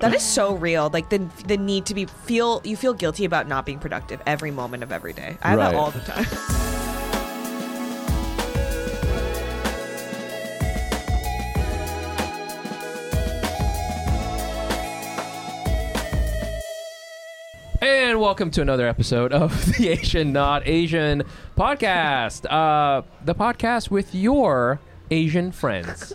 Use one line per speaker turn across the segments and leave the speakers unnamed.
That is so real. Like the the need to be feel you feel guilty about not being productive every moment of every day. I have
Right.
that all the time.
And welcome to another episode of the Asian Not Asian podcast. Uh, the podcast with your Asian friends.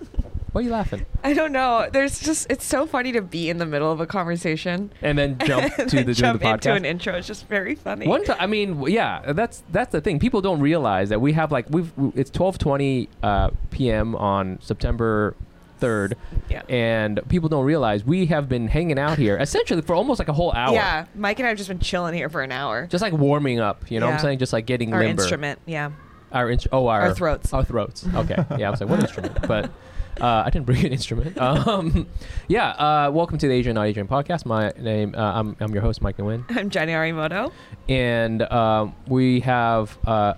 Why are you laughing?
I don't know. There's just it's so funny to be in the middle of a conversation.
And then jump
and
to
then
the, doing the
jump into
podcast.
an intro. It's just very funny.
One time, I mean, w- yeah, that's that's the thing. People don't realize that we have like we've w- it's twelve twenty uh, p.m. on September third,
Yeah.
and people don't realize we have been hanging out here essentially for almost like a whole hour.
Yeah, Mike and I have just been chilling here for an hour.
Just like warming up, you know what I'm
Yeah.
saying? Just like getting
Our
limber.
instrument. Yeah.
Our instru- oh, our,
Our throats.
Our throats. Okay. Yeah, I was like, what instrument? But uh, I didn't bring an instrument. Um, yeah. Uh, welcome to the Asian Not Asian podcast. My name. Uh, I'm, I'm your host, Mike Nguyen,
I'm Jenny Arimoto.
and um, we have uh,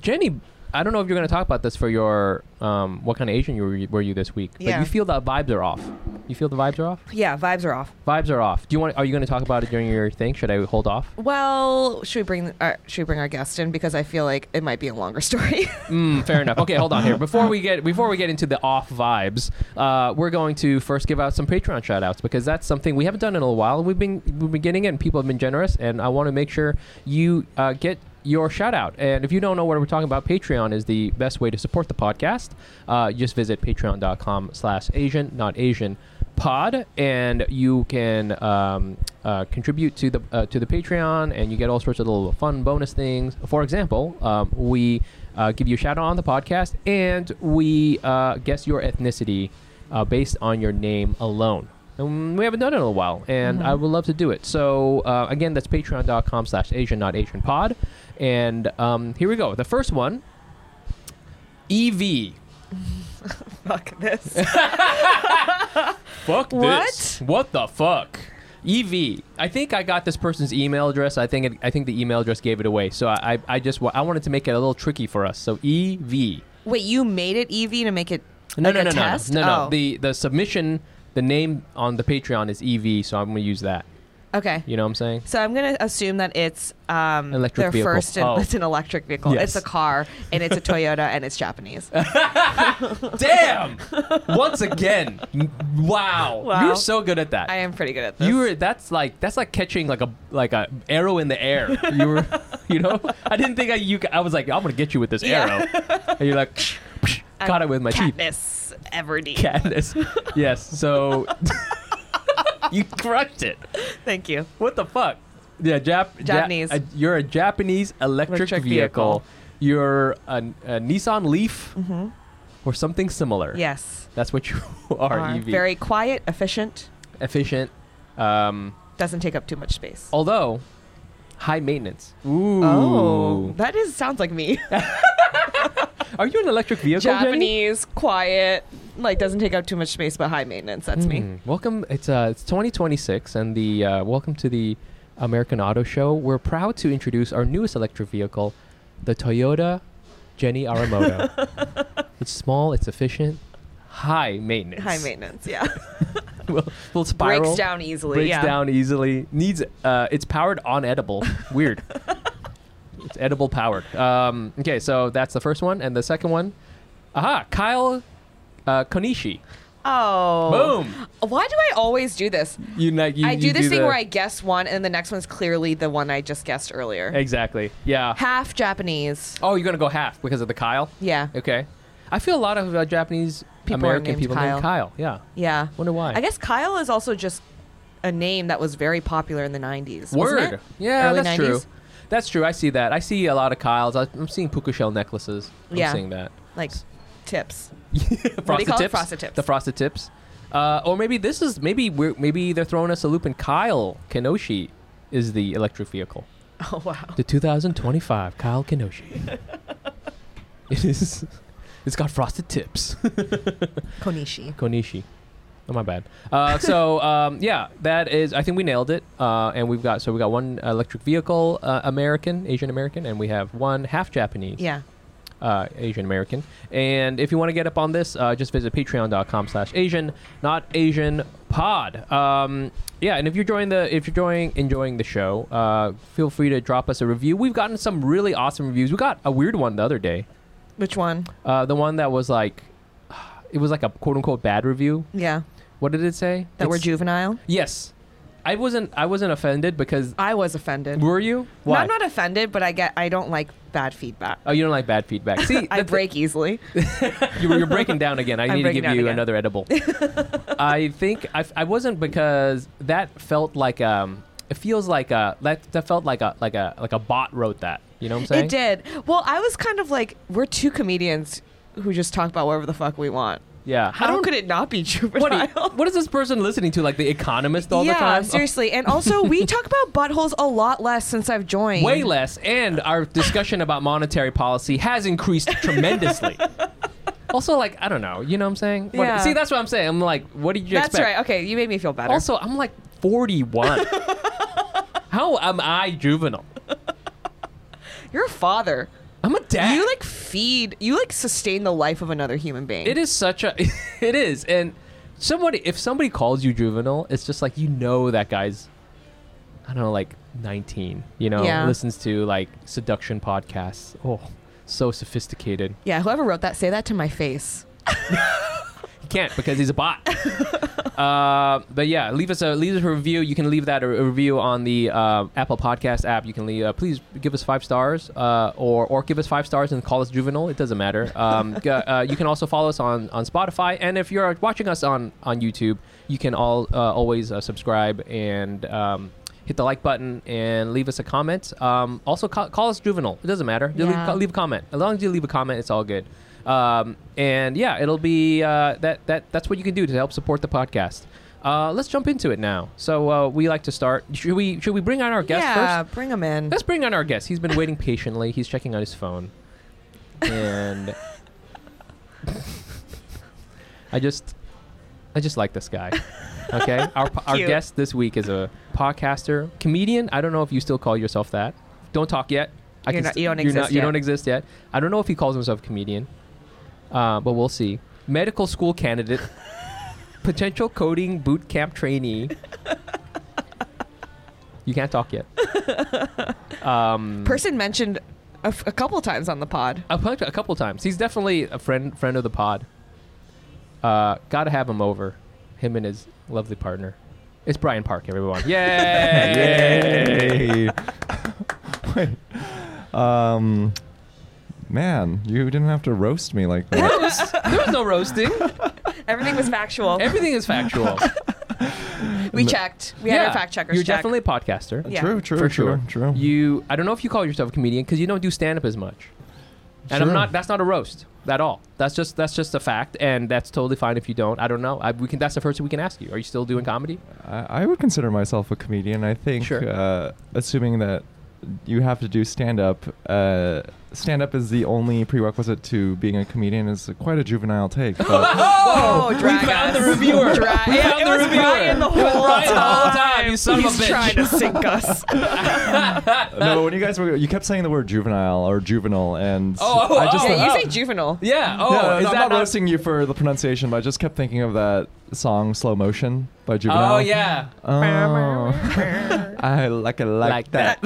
Jenny. I don't know if you're going to talk about this for your um, what kind of Asian you were, were you this week, but
Yeah.
you feel the vibes are off. You feel the vibes are off.
Yeah, vibes are off.
Vibes are off. Do you want? Are you going to talk about it during your thing? Should I hold off?
Well, should we bring our, should we bring our guest in because I feel like it might be a longer story.
Mm, fair enough. Okay, hold on here. Before we get before we get into the off vibes, uh, we're going to first give out some Patreon shout outs because that's something we haven't done in a while. We've been we've been getting it, and people have been generous, and I want to make sure you uh, get your shout out. And if you don't know what we're talking about, Patreon is the best way to support the podcast. Uh, just visit patreon.com slash Asian, not Asian pod and you can um, uh, contribute to the uh, to the patreon and you get all sorts of little fun bonus things for example um, we uh, give you a shout out on the podcast and we uh, guess your ethnicity uh, based on your name alone and we haven't done it in a while and i would love to do it so uh, again that's patreon.com slash asian not asian pod and um, here we go the first one E ev
Fuck this.
Fuck
What?
this. What the fuck? EV. I think I got this person's email address. I think it, I think the email address gave it away. So I I, I just wa- I wanted to make it a little tricky for us. So EV.
Wait, you made it Evie to make it
No
like
no
a
no, no no
test?
no no.
Oh,
The the submission the name on the Patreon is EV. So I'm gonna use that.
okay.
You know what I'm saying?
So I'm gonna assume that it's um,
Electric
their
vehicle.
first. And,
Oh.
It's an electric vehicle. It's
Yes.
a car, and it's a Toyota, and it's Japanese.
Damn. Once again. Wow.
Wow.
You're so good at that.
I am pretty good at this.
you were that's like that's like catching like a like a arrow in the air. You were, you know, I didn't think I you I was like I'm gonna get you with this
Yeah.
arrow, and you're like
I'm
caught it with my teeth.
Katniss Everdeen.
Katniss. yes, so you crushed it.
Thank you.
What the fuck? Yeah, Jap- Ja-
Japanese.
a- you're a Japanese electric,
Electric
vehicle.
vehicle. Mm-hmm.
You're a, a Nissan Leaf or something similar.
Yes.
that's what you are.
Are
EV.
Uh-huh. Very quiet, efficient.
efficient. Um,
Doesn't take up too much space.
although high maintenance. Ooh.
Oh, that is sounds like me.
Are you an electric vehicle, Jenny?
Japanese, quiet, like doesn't take up too much space, but high maintenance. That's me.
Mm. Welcome. It's uh, it's 2026, and the uh, welcome to the American Auto Show. We're proud to introduce our newest electric vehicle, the Toyota Jenny Aramoto. it's small. It's efficient. High maintenance.
High maintenance. Yeah.
will will spiral.
Breaks down easily.
breaks
yeah.
down easily. Needs uh, it's powered on edible. Weird. it's edible powered. Um, okay, so that's the first one, and the second one. Aha, Kyle uh, Konishi.
Oh.
Boom.
Why do I always do this?
You, like, you
I do
you
this thing
the-
where I guess one, and the next one's clearly the one I just guessed earlier.
exactly. Yeah.
Half Japanese.
Oh, you're gonna go half because of the Kyle.
Yeah.
Okay. I feel a lot of uh, Japanese
People are
American
named
people named Kyle. Yeah.
Yeah.
Wonder why.
I guess Kyle is also just a name that was very popular in the 90s. wasn't
Word.
it?
Yeah,
Early
that's
90s?
true. That's true. I see that. I see a lot of Kyles. I, I'm seeing puka shell necklaces. I'm
Yeah.
seeing that.
Like tips. do
frosted
you call it?
tips.
Frosted tips.
The frosted tips. Uh, or maybe this is maybe we're maybe they're throwing us a loop and Kyle Kenoshi is the electric vehicle.
Oh, wow.
The 2025 Kyle Kenoshi. it is. It's got frosted tips.
Konishi.
Konishi. Oh my bad. Uh, so um, yeah, that is. I think we nailed it. Uh, and we've got so we got one electric vehicle uh, American, Asian American, and we have one half Japanese.
Yeah.
uh, Asian American. And if you want to get up on this, uh, just visit patreon.com slash Asian, not Asian pod. Um, yeah, and if you're enjoying the if you're enjoying enjoying the show, uh, feel free to drop us a review. We've gotten some really awesome reviews. We got a weird one the other day.
Which one?
Uh, the one that was like it was like a quote unquote bad review.
Yeah,
What did it say?
that we're
It's-
juvenile.
Yes. I wasn't I wasn't offended because
I was offended.
were you?
No,
Why?
I'm not offended, but I get I don't like bad feedback.
oh, you don't like bad feedback. See,
I
that's-
break easily.
you, you're breaking down again. I
I'm
need to
breaking
give
down
you
again.
another edible. I think I, I wasn't because that felt like um it feels like a that, that felt like a like a like a bot wrote that. You know what I'm saying?
It did. Well, I was kind of like, we're two comedians who just talk about whatever the fuck we want.
Yeah. I
How
don't-
could it not be
what, do
juvenile?
you- what is this person listening to? Like the Economist all
yeah,
the time? Oh.
seriously. And also, we talk about buttholes a lot less since I've joined.
Oh, Way less, and our discussion about monetary policy has increased tremendously. also, like I don't know, you know what I'm saying? What-
Yeah.
see, that's what I'm saying. I'm like, what did you
That's
expect?
right. Okay, you made me feel better.
Also, I'm like 41. How am I juvenile?
You're a father.
I'm a dad.
You like feed. You like sustain the life of another human being.
it is such a it is and somebody if somebody calls you juvenile, it's just like you know that guy's I don't know like 19, you know,
Yeah.
listens to like seduction podcasts. Oh, so sophisticated.
Yeah. Whoever wrote that, say that to my face.
He can't because he's a bot. uh, but yeah, leave us a leave us a review. You can leave that a, a review on the uh, Apple Podcast app. You can leave, uh, please give us five stars, uh, or or give us five stars and call us juvenile. It doesn't matter. Um, g- uh, you can also follow us on on Spotify, and if you're watching us on on YouTube, you can all uh, always uh, subscribe and. Um, Hit the like button and leave us a comment. Um, also, ca- call us juvenile. It doesn't matter. Just
Yeah.
Leave, leave a comment. As long as you leave a comment, it's all good. Um, and yeah, it'll be uh, that that that's what you can do to help support the podcast. Uh, let's jump into it now. So uh, we like to start. Should we should we bring on our guest
yeah.
first?
Bring them in.
Let's bring on our guest. He's been waiting patiently. He's checking out his phone, and I just I just like this guy. Okay, our our
Cute.
guest this week is a podcaster, comedian. I don't know if you still call yourself that. Don't talk yet. I
You're not-
st-
you don't
you're
exist
You
yet.
don't exist yet. I don't know if he calls himself a comedian, uh, but we'll see. Medical school candidate, potential coding boot camp trainee. You can't talk yet. Um,
Person mentioned a, f- a couple times on the pod.
I've hugged a couple times. He's definitely a friend friend of the pod. Uh, gotta have him over, him and his lovely partner. It's Brian Park, everyone. Yay!
Yay! um, man, you didn't have to roast me like that.
Roast? There was no roasting.
Everything was factual.
Everything is factual.
we checked. We had our fact checkers.
You're
check.
definitely a podcaster.
Yeah.
True, true,
For
true,
sure.
true.
You, I don't know if you call yourself a comedian because you don't do stand up as much. And I'm
Sure.
not. That's not a roast at all. That's just that's just a fact, and that's totally fine if you don't. I don't know. I, we can. That's the first thing we can ask you. Are you still doing comedy?
I, I would consider myself a comedian. I think,
Sure.
uh, assuming that you have to do stand up, uh, stand up is the only prerequisite to being a comedian. Is quite a juvenile take. But
Oh, drag
we found
us.
the reviewer.
Drag-
We found
it
the
was
reviewer.
Brian the
It was
whole
Brian the whole time, you son of a
He's
bitch.
trying to sink us.
no, when you guys were, you kept saying the word juvenile or juvenile, and
Oh, oh,
I just
oh.
thought-
yeah, you say juvenile.
Yeah. Oh,
No, no, no,
is
I'm
that
not
not-
roasting you for the pronunciation, but I just kept thinking of that song "Slow Motion" by Juvenile.
Oh yeah.
Oh. I like it
Like
like, that.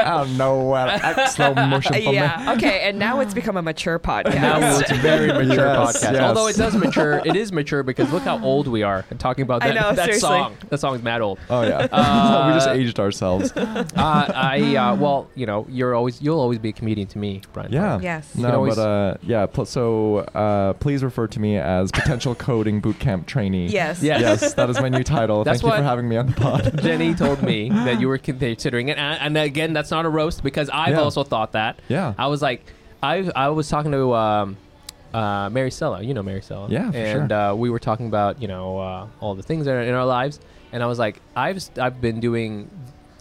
I don't know what act slow motion for me.
Yeah. Okay, and now it's become a mature podcast.
Now it's a very mature
Yes,
podcast.
yes.
Although it does mature, it is mature because look how old we are. And talking about
I
that,
know,
that
seriously.
song. That song's mad old.
Oh yeah, we just aged ourselves.
Uh, I uh, well, you know, you're always you'll always be a comedian to me, Brian.
Yeah.
Yes. You
No,
can always-
but uh, yeah. Pl- so uh, please refer to me as potential coding bootcamp trainee.
yes.
Yeah.
Yes, that is my new title.
That's
Thank you
what-
for having me on the pod.
Jenny told me that you were considering it, and, and again, that's not a roast because I've
Yeah.
also thought that.
Yeah.
I was like, I I was talking to um, uh, Mary Sella, you know Mary Sella,
Yeah, for
and
sure.
uh, we were talking about you know uh, all the things that are in our lives, and I was like, I've s- I've been doing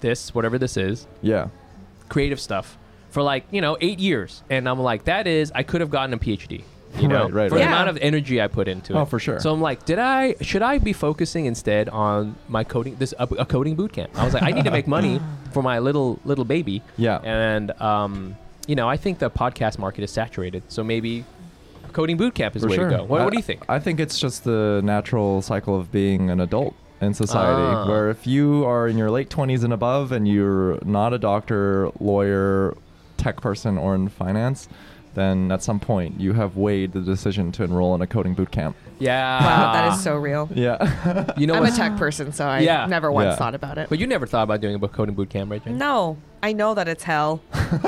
this whatever this is,
Yeah.
creative stuff for like you know eight years, and I'm like, that is I could have gotten a PhD. You know,
Right, right,
for the
right.
Yeah.
amount of energy I put into it.
Oh, for sure.
So I'm like, did I? Should I be focusing instead on my coding? This a, a coding boot camp. I was like, I need to make money for my little little baby.
Yeah.
And um, you know, I think the podcast market is saturated. So maybe coding bootcamp is the
For
way
sure. Uh,
to go. What,
I-
what do you think?
I think it's just the natural cycle of being an adult in society,
Ah.
where if you are in your late 20s and above and you're not a doctor, lawyer, tech person, or in finance, then at some point you have weighed the decision to enroll in a coding boot camp.
yeah.
Wow, that is so real.
Yeah.
You know
I'm a
what's-
tech person, so I
Yeah.
never once
Yeah.
thought about it.
But you never thought about doing a book coding boot camp, right? Jen?
no, I know that it's hell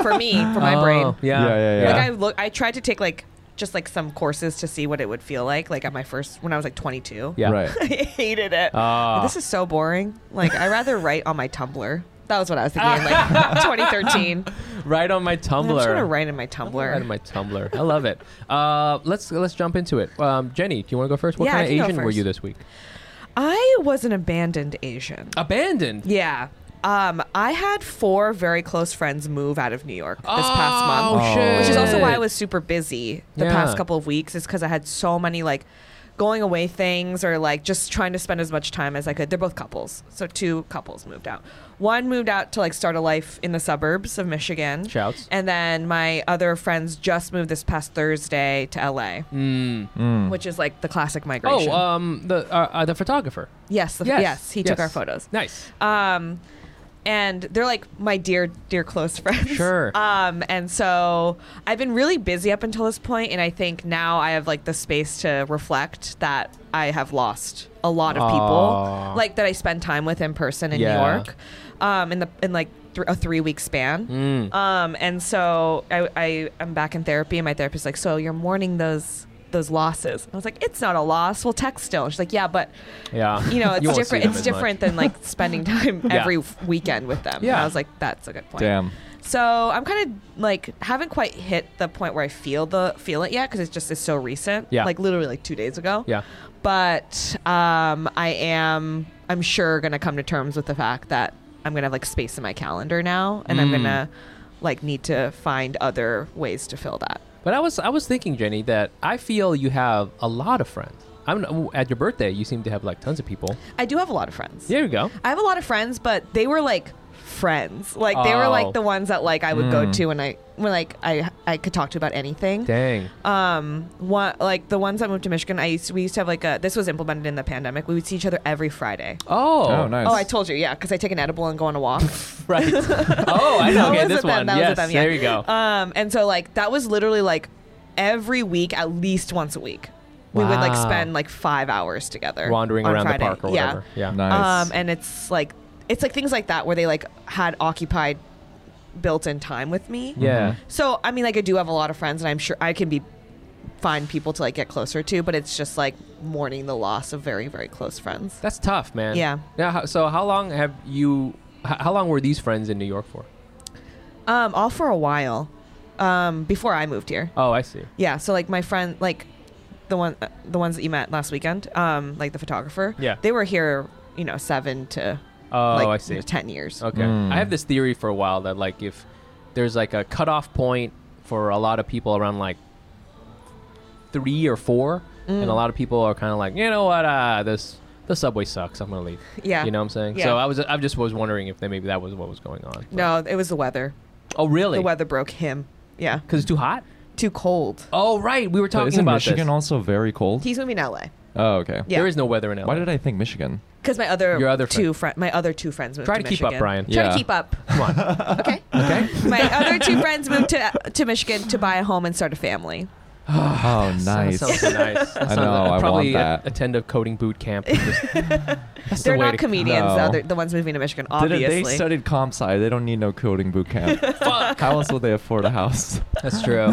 for me, for my
Oh,
brain.
Yeah.
Yeah, yeah, yeah.
Like I look, I tried to take like just like some courses to see what it would feel like, like at my first when I was like 22.
Yeah.
Right.
I hated it.
Ah.
this is so boring. Like I rather write on my Tumblr. That was what I was thinking, in, like 2013.
Oh, right on my Tumblr.
I'm just gonna write in my Tumblr.
Right on my Tumblr. I love it. Uh, let's let's jump into it. Um, Jenny, do you want to go first? What
Yeah, I
kind of
can go
Asian were
first.
you this week?
I was an abandoned Asian.
Abandoned.
Yeah. Um, I had four very close friends move out of New York this past
Oh,
month,
shit.
which is also why I was super busy the
Yeah.
past couple of weeks. Is because I had so many like going away things or like just trying to spend as much time as I could. They're both couples, so two couples moved out. One moved out to like start a life in the suburbs of Michigan,
Shouts.
and then my other friends just moved this past Thursday to LA,
Mm.
which is like the classic migration.
Oh, um, the uh, uh, the photographer.
yes, the, yes,
yes,
he took
yes.
our photos.
Nice.
Um, and they're like my dear, dear close friends.
Sure.
Um, and so I've been really busy up until this point, and I think now I have like the space to reflect that I have lost a lot of
Aw.
people, like that I spend time with in person in
Yeah.
New York, um, in the in like th- a three week span.
Mm.
Um, and so I, I am back in therapy, and my therapist's like, "So you're mourning those." Those losses. And I was like, it's not a loss. We'll text still. And she's like, yeah, but
Yeah.
you know, it's
won't see
different.
them
It's
as much.
different than like spending time
Yeah.
every f- weekend with them. And
Yeah.
I was like, that's a good point.
Damn.
So I'm kind of like haven't quite hit the point where I feel the feel it yet because it's just is so recent.
Yeah.
like literally like two days ago.
Yeah.
But um, I am I'm sure gonna come to terms with the fact that I'm gonna have like space in my calendar now, and I'm
Mm.
gonna like need to find other ways to fill that.
But I was I was thinking, Jenny, that I feel you have a lot of friends. I'm at your birthday. You seem to have like tons of people.
I do have a lot of friends.
There you go.
I have a lot of friends, but they were like friends. Like they were
Oh.
like the ones that like I would go
Mm.
to and I when like I I could talk to about anything.
Dang.
Um, one like the ones that moved to Michigan, I used we used to have like a this was implemented in the pandemic. We would see each other every Friday.
Oh.
Oh, nice.
Oh, I told you, yeah, because I take an edible and go on a walk.
Right. oh, I know.
That
Okay,
was
this
with them,
one.
that was
yes.
with them, yeah.
There you go.
um, and so like that was literally like every week, at least once a week, we would like
Wow.
spend like five hours together
Wandering
on
around
Friday.
the park or
Yeah.
whatever. Yeah.
Nice.
Um, and it's like it's like things like that where they like had occupied built-in time with me.
Yeah.
Mhm.
So I mean, like I do have a lot of friends, and I'm sure I can be find people to like get closer to, but it's just like mourning the loss of very very close friends.
That's tough, man.
Yeah.
Yeah. how- So how long have you? h- How long were these friends in New York for?
Um, all for a while, um, before I moved here.
Oh, I see.
Yeah. So like my friend, like the one uh, the ones that you met last weekend, um, like the photographer.
Yeah.
They were here, you know, seven to
Oh,
like
I see.
ten years.
Okay.
Mm.
I have this theory for a while that like if there's like a cutoff point for a lot of people around like three or four, and
Mm.
a lot of people are kind of like, you know what, uh, this the subway sucks. I'm gonna leave.
Yeah.
You know what I'm saying?
Yeah.
So I was I just was wondering if they, maybe that was what was going on.
No, it was the weather.
Oh really?
The weather broke him. Yeah.
Because it's too hot.
Too cold.
Oh right, we were
But
talking
isn't
about
Michigan
this.
also very cold?
He's moving to LA.
Oh, okay.
Yeah.
There is no weather in LA.
Why did I think Michigan?
Because my other,
Your other
two friend, my other two friends moved.
Try
to
to keep up,
Michigan.
Brian.
Try
Yeah.
to keep up.
Come on.
Okay.
Okay.
my other two friends moved to to Michigan to buy a home and start a family.
Oh,
That
nice.
sounds so nice. That
I
sounds-
know, I want
probably
that.
attend a coding boot camp. Just- that's the
They're
way
not
to-
comedians
No.
though. They're the ones moving to Michigan,
Did
obviously.
it- they studied comp sci. They don't need no coding boot camp.
Fuck.
How else will they afford a house?
That's true.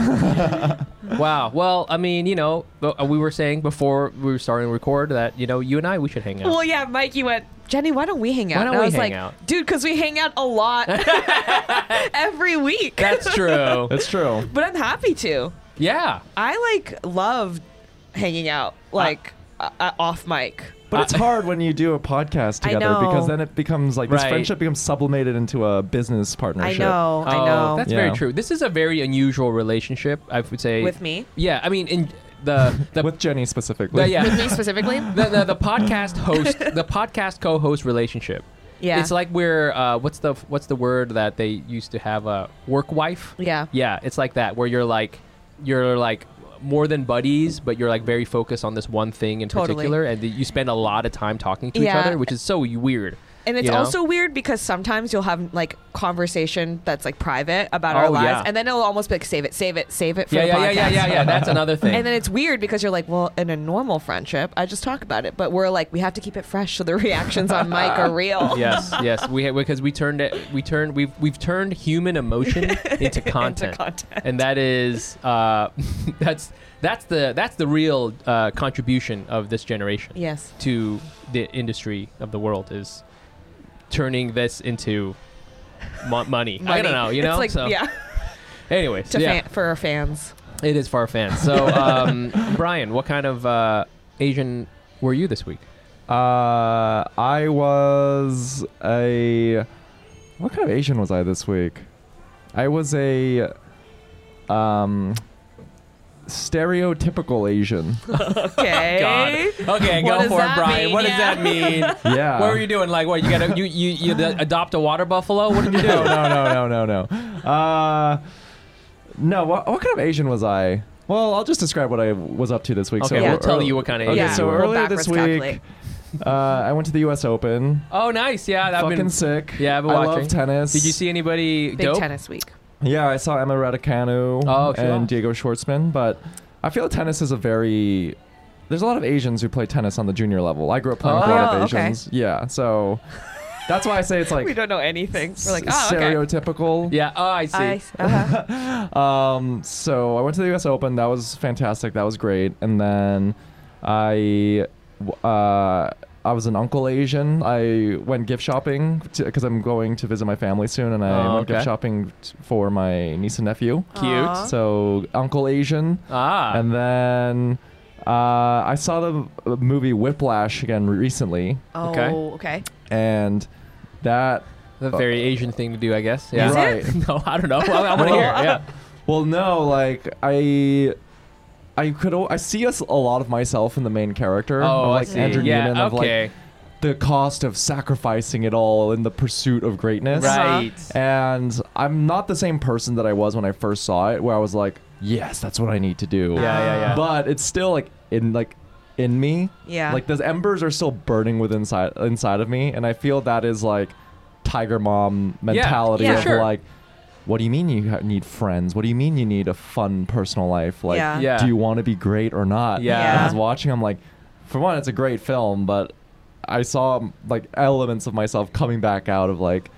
wow. Well, I mean, you know, uh, we were saying before we were starting to record that you know you and I we should hang out.
Well, yeah, Mike, you went. Jenny, why don't we hang out?
Why don't
and
we
I was
hang
like,
out?
dude, because we hang out a lot every week.
That's true.
That's true.
but I'm happy to.
yeah.
I like love hanging out, like uh, uh, off mic.
But it's hard when you do a podcast
I
together because
know.
then it becomes like this
Right.
friendship becomes sublimated into a business
I
partnership.
know, I know.
Oh, That's
Oh, Yeah.
very true. This is a very unusual relationship. I would say
With me?
Yeah. I mean, in the the,
With Jenny specifically.
the yeah.
Me specifically?
the, the, the podcast host, the podcast co-host relationship.
Yeah.
It's like we're uh, what's the what's the word that they used to have a uh, work wife.
Yeah.
Yeah, it's like that where you're like you're like more than buddies, but you're like very focused on this one thing in
Totally.
particular, and you spend a lot of time talking to
Yeah.
each other, which is so weird.
And it's
you know?
also weird because sometimes you'll have like conversation that's like private about
Oh,
our lives,
yeah.
and then it'll almost be like save it, save it, save it for
yeah,
the
yeah, yeah,
podcast.
yeah, yeah, yeah. That's another thing.
And then it's weird because you're like, well, in a normal friendship, I just talk about it, but we're like, we have to keep it fresh so the reactions on mic are real.
yes, yes. We ha- because we turned it. We turned. We've we've turned human emotion into content,
content.
and that is uh, that's that's the that's the real uh, contribution of this generation
Yes.
to the industry of the world is turning this into mo- money. I
Money.
don't know. You know.
It's like
so,
yeah,
Anyways,
to
yeah,
fan, for our fans.
it is for our fans. So, um, Brian, what kind of uh, Asian were you this week?
Uh, I was a. What kind of Asian was I this week? I was a. Um, stereotypical Asian.
Oh,
Okay.
Okay,
What does that mean? Yeah.
mean?
Yeah.
What were you doing? Like, what you gotta you you you the, adopt a water buffalo? What did you do?
no, no, no, no, no, no. Uh, no. What, what kind of Asian was I? Well, I'll just describe what I was up to this week.
Okay,
so
we'll
ear-
tell you what kind of
Okay,
Asian
so
you were. We'll
earlier this
backwards
week,
calculate.
uh, I went to the U.S. Open.
Oh, nice. Yeah, that
Fucking
been.
sick.
Yeah, I've been
I
watching.
love tennis.
Did you see anybody
Big
dope?
tennis week.
Yeah, I saw Emma Raducanu
Oh, sure.
and Diego Schwartzman, but I feel tennis is a very there's a lot of Asians who play tennis on the junior level. I grew up playing with a lot
Oh,
of
okay.
Asians. Yeah, so that's why I say it's like
we don't know anything. We're like,
s-
oh, okay.
stereotypical.
Yeah. Oh, I see.
I s- uh-huh.
Um, so I went to the U.S. Open. That was fantastic. That was great. And then I, w- uh, I was an uncle Asian. I went gift shopping because I'm going to visit my family soon, and I
Oh,
went gift
okay.
shopping t- for my niece and nephew.
Cute.
Aw.
So uncle Asian,
ah.
and then uh, I saw the uh, movie Whiplash again recently,
Oh,
Okay.
okay.
and that
a very Asian thing to do, I guess. Yeah.
Is
right.
no, I don't know. I, I want to hear. it, Yeah.
Well, no, like I, I could al- I see us a lot of myself in the main character.
Oh,
of,
I
like
see.
Andrew
yeah.
Neiman of
okay.
like the cost of sacrificing it all in the pursuit of greatness.
right.
And I'm not the same person that I was when I first saw it, where I was like, yes, that's what I need to do.
Yeah. Yeah. Yeah.
But it's still like in like in me.
Yeah.
Like those embers are still burning within inside inside of me, and I feel that is like tiger mom mentality
Yeah,
of
sure.
like, what do you mean you ha- need friends? What do you mean you need a fun personal life? Like,
Yeah.
Yeah.
do you want to be great or not?
Yeah.
And I was
Yeah.
watching. I'm like, for one, it's a great film, but I saw like elements of myself coming back out of like.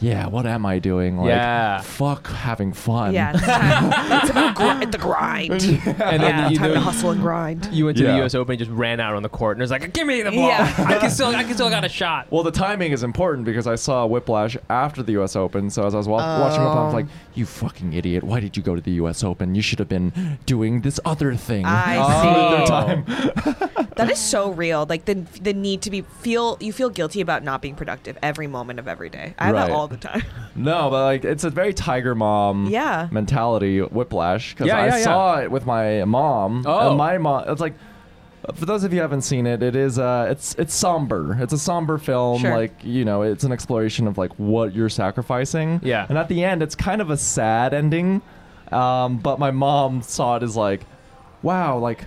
Yeah, what am I doing? Like,
Yeah.
fuck having fun.
yeah. It's, time- it's about gr- the grind.
And then
yeah,
you
time
know-
to hustle and grind.
You went to
Yeah.
the U.S. Open, and just ran out on the court, and it was like, "Give me the ball.
Yeah.
I can still, I can still got a shot."
Well, the timing is important because I saw Whiplash after the U.S. Open. So as I was wa- watching Whiplash, I was like, "You fucking idiot! Why did you go to the U.S. Open? You should have been doing this other thing."
I
Oh.
see. That is so real. Like the the need to be feel you feel guilty about not being productive every moment of every day. I have
Right.
that all the time.
no, but like it's a very tiger mom
Yeah.
mentality Whiplash because
Yeah,
I
yeah, yeah.
saw it with my mom.
Oh.
and my mom. It's like for those of you who haven't seen it, it is uh, it's it's somber. It's a somber film.
Sure.
Like you know, it's an exploration of like what you're sacrificing.
Yeah.
And at the end, it's kind of a sad ending. Um, but my mom saw it as like, wow, like.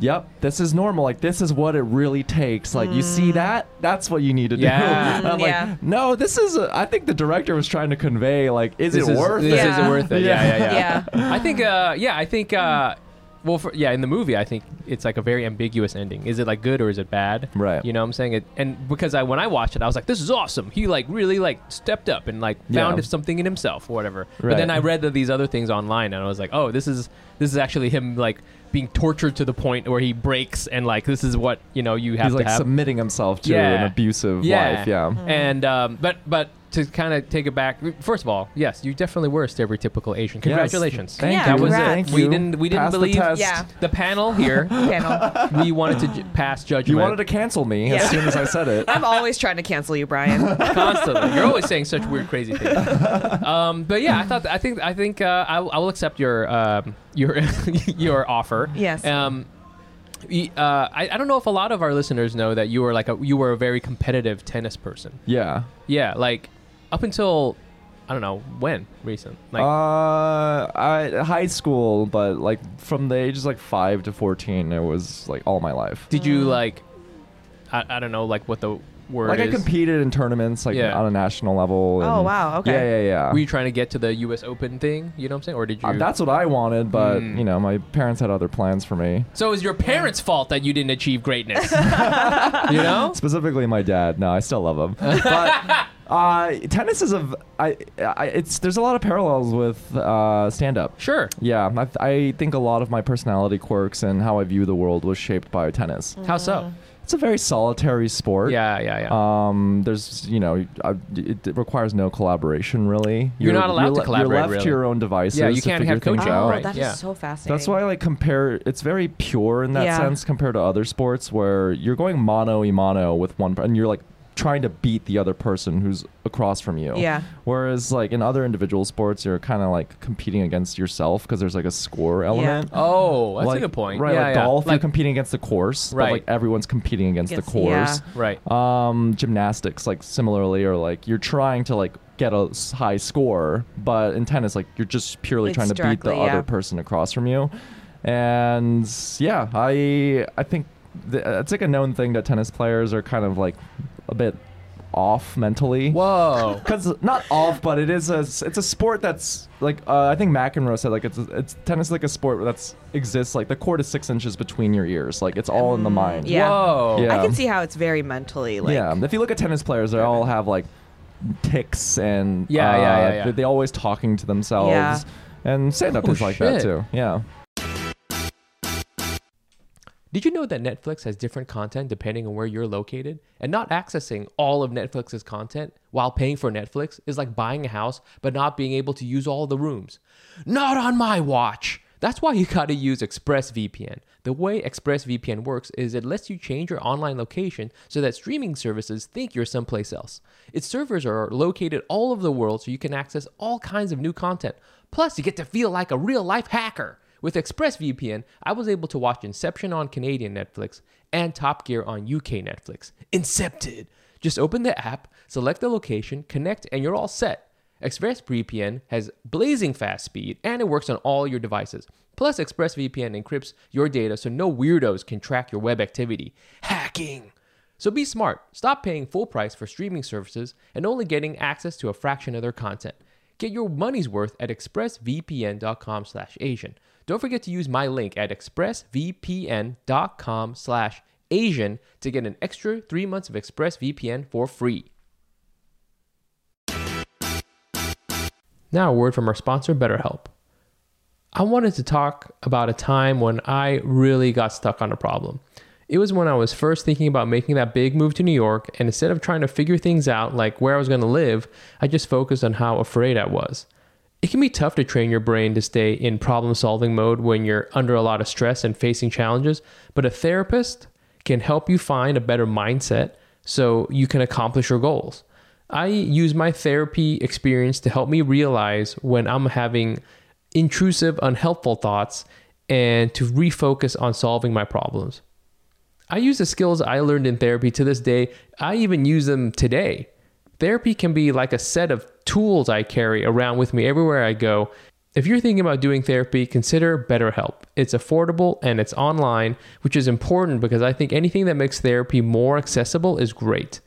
Yep, this is normal. Like this is what it really takes. Like you see that? That's what you need to
Yeah.
do. And I'm like,
Mm. Yeah.
no, this is. A, I think the director was trying to convey like, is
This
it
is-
worth
this
it?
Yeah.
is worth it. Yeah, yeah,
Yeah.
yeah. I think, uh, yeah, I think, uh, well, for, yeah, in the movie, I think it's like a very ambiguous ending. Is it like good or is it bad?
Right.
You know what I'm saying? It, and because I, when I watched it, I was like, this is awesome. He like really like stepped up and like found
Yeah.
something in himself or whatever. But
Right.
then I read that these other things online and I was like, oh, this is, this is actually him like being tortured to the point where he breaks and like, this is what, you know, you have
He's
to
like
have.
submitting himself to
Yeah.
an abusive life.
Mm-hmm.
Yeah.
And um, but but to kind of take it back, first of all, yes, you definitely were a stereotypical Asian. Congratulations.
Thank
Yeah,
you.
That was
congrats.
it.
Thank
We
you.
didn't we didn't
Passed the
believe
test.
Yeah.
the panel here.
Panel.
we wanted to j- pass judgment.
You wanted to cancel me
Yeah.
as soon as I said it.
I'm always trying to cancel you, Brian.
constantly. You're always saying such weird, crazy things. Um, but yeah, I thought I think I think uh, I, will- I will accept your um, your your offer.
Yes.
Um, y- uh, I, I don't know if a lot of our listeners know that you were like a you were a very competitive tennis person.
Yeah.
Yeah, like up until I don't know when recent. Like
uh, I, high school, but like from the ages like five to fourteen, it was like all my life.
did you like I, I don't know like what the word
uh, Like I
is.
competed in tournaments like
Yeah.
on a national level.
Oh,
and-
wow, okay.
Yeah, yeah, yeah.
Were you trying to get to the U.S. Open thing? You know what I'm saying, or did you?
Uh, that's what I wanted, but
Mm.
you know, my parents had other plans for me.
so it was your parents' fault that you didn't achieve greatness. you know?
Specifically, my dad. No, I still love him. but uh, tennis is a. v- I, I- It's there's a lot of parallels with uh, stand up.
Sure.
Yeah, I, I think a lot of my personality quirks and how I view the world was shaped by tennis.
How so?
It's a very solitary sport.
Yeah, yeah, yeah.
Um, there's, you know, uh, it, it requires no collaboration really.
You're not allowed to
le-
collaborate,
You're left
really.
to your own devices.
Yeah, you
to
can't
figure
have
things
coaching,
out.
Oh, that
right.
is
Yeah.
so fascinating.
That's why I like compare. It's very pure in that
Yeah.
sense compared to other sports where you're going mono e mono with one, per- and you're like trying to beat the other person who's across from you.
Yeah.
Whereas like in other individual sports, you're kind of like competing against yourself because there's like a score element.
oh, that's
like,
a good point.
Right,
yeah,
like
yeah.
golf, you're
Like-
competing against the course,
Right.
but like everyone's competing against the
Against-
course.
yeah.
right.
Um, gymnastics, like similarly, or like you're trying to like get a s- high score, but in tennis, like you're just purely
It's
trying to beat the
directly, yeah.
other person across from you. And yeah, I I think th- it's like a known thing that tennis players are kind of like a bit off mentally.
Whoa.
Because not off, but it is a it's a sport that's like uh, I think McEnroe said like it's it's tennis is like a sport that's exists like the court is six inches between your ears like it's all in the
Mm,
mind.
Yeah.
Whoa.
Yeah.
I can see how it's very mentally like.
yeah. If you look at tennis players, they all have like ticks and
Yeah,
uh,
yeah, yeah, yeah.
they- They always talking to themselves.
Yeah.
And stand up
Oh,
is like that
shit.
too. Yeah.
Did you know that Netflix has different content depending on where you're located? And not accessing all of Netflix's content while paying for Netflix is like buying a house but not being able to use all the rooms. Not on my watch! That's why you gotta use ExpressVPN. The way ExpressVPN works is it lets you change your online location so that streaming services think you're someplace else. Its servers are located all over the world so you can access all kinds of new content. Plus, you get to feel like a real life hacker. With ExpressVPN, I was able to watch Inception on Canadian Netflix and Top Gear on UK Netflix. Incepted! Just open the app, select the location, connect, and you're all set. ExpressVPN has blazing fast speed and it works on all your devices. Plus, ExpressVPN encrypts your data so no weirdos can track your web activity. Hacking! So be smart. Stop paying full price for streaming services and only getting access to a fraction of their content. Get your money's worth at expressvpn.com slash Asian. Don't forget to use my link at expressvpn.com slash Asian to get an extra three months of ExpressVPN for free. Now, a word from our sponsor, BetterHelp. I wanted to talk about a time when I really got stuck on a problem. It was when I was first thinking about making that big move to New York, and instead of trying to figure things out like where I was going to live, I just focused on how afraid I was. It can be tough to train your brain to stay in problem solving mode when you're under a lot of stress and facing challenges, but a therapist can help you find a better mindset so you can accomplish your goals. I use my therapy experience to help me realize when I'm having intrusive, unhelpful thoughts and to refocus on solving my problems. I use the skills I learned in therapy to this day. I even use them today. Therapy can be like a set of tools I carry around with me everywhere I go. If you're thinking about doing therapy, consider BetterHelp. It's affordable and it's online, which is important because I think anything that makes therapy more accessible is great.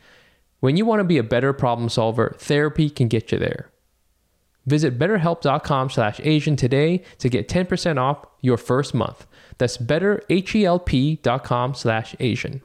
When you want to be a better problem solver, therapy can get you there. Visit betterhelp.com slash Asian today to get 10% off your first month. That's betterhelp.com slash Asian.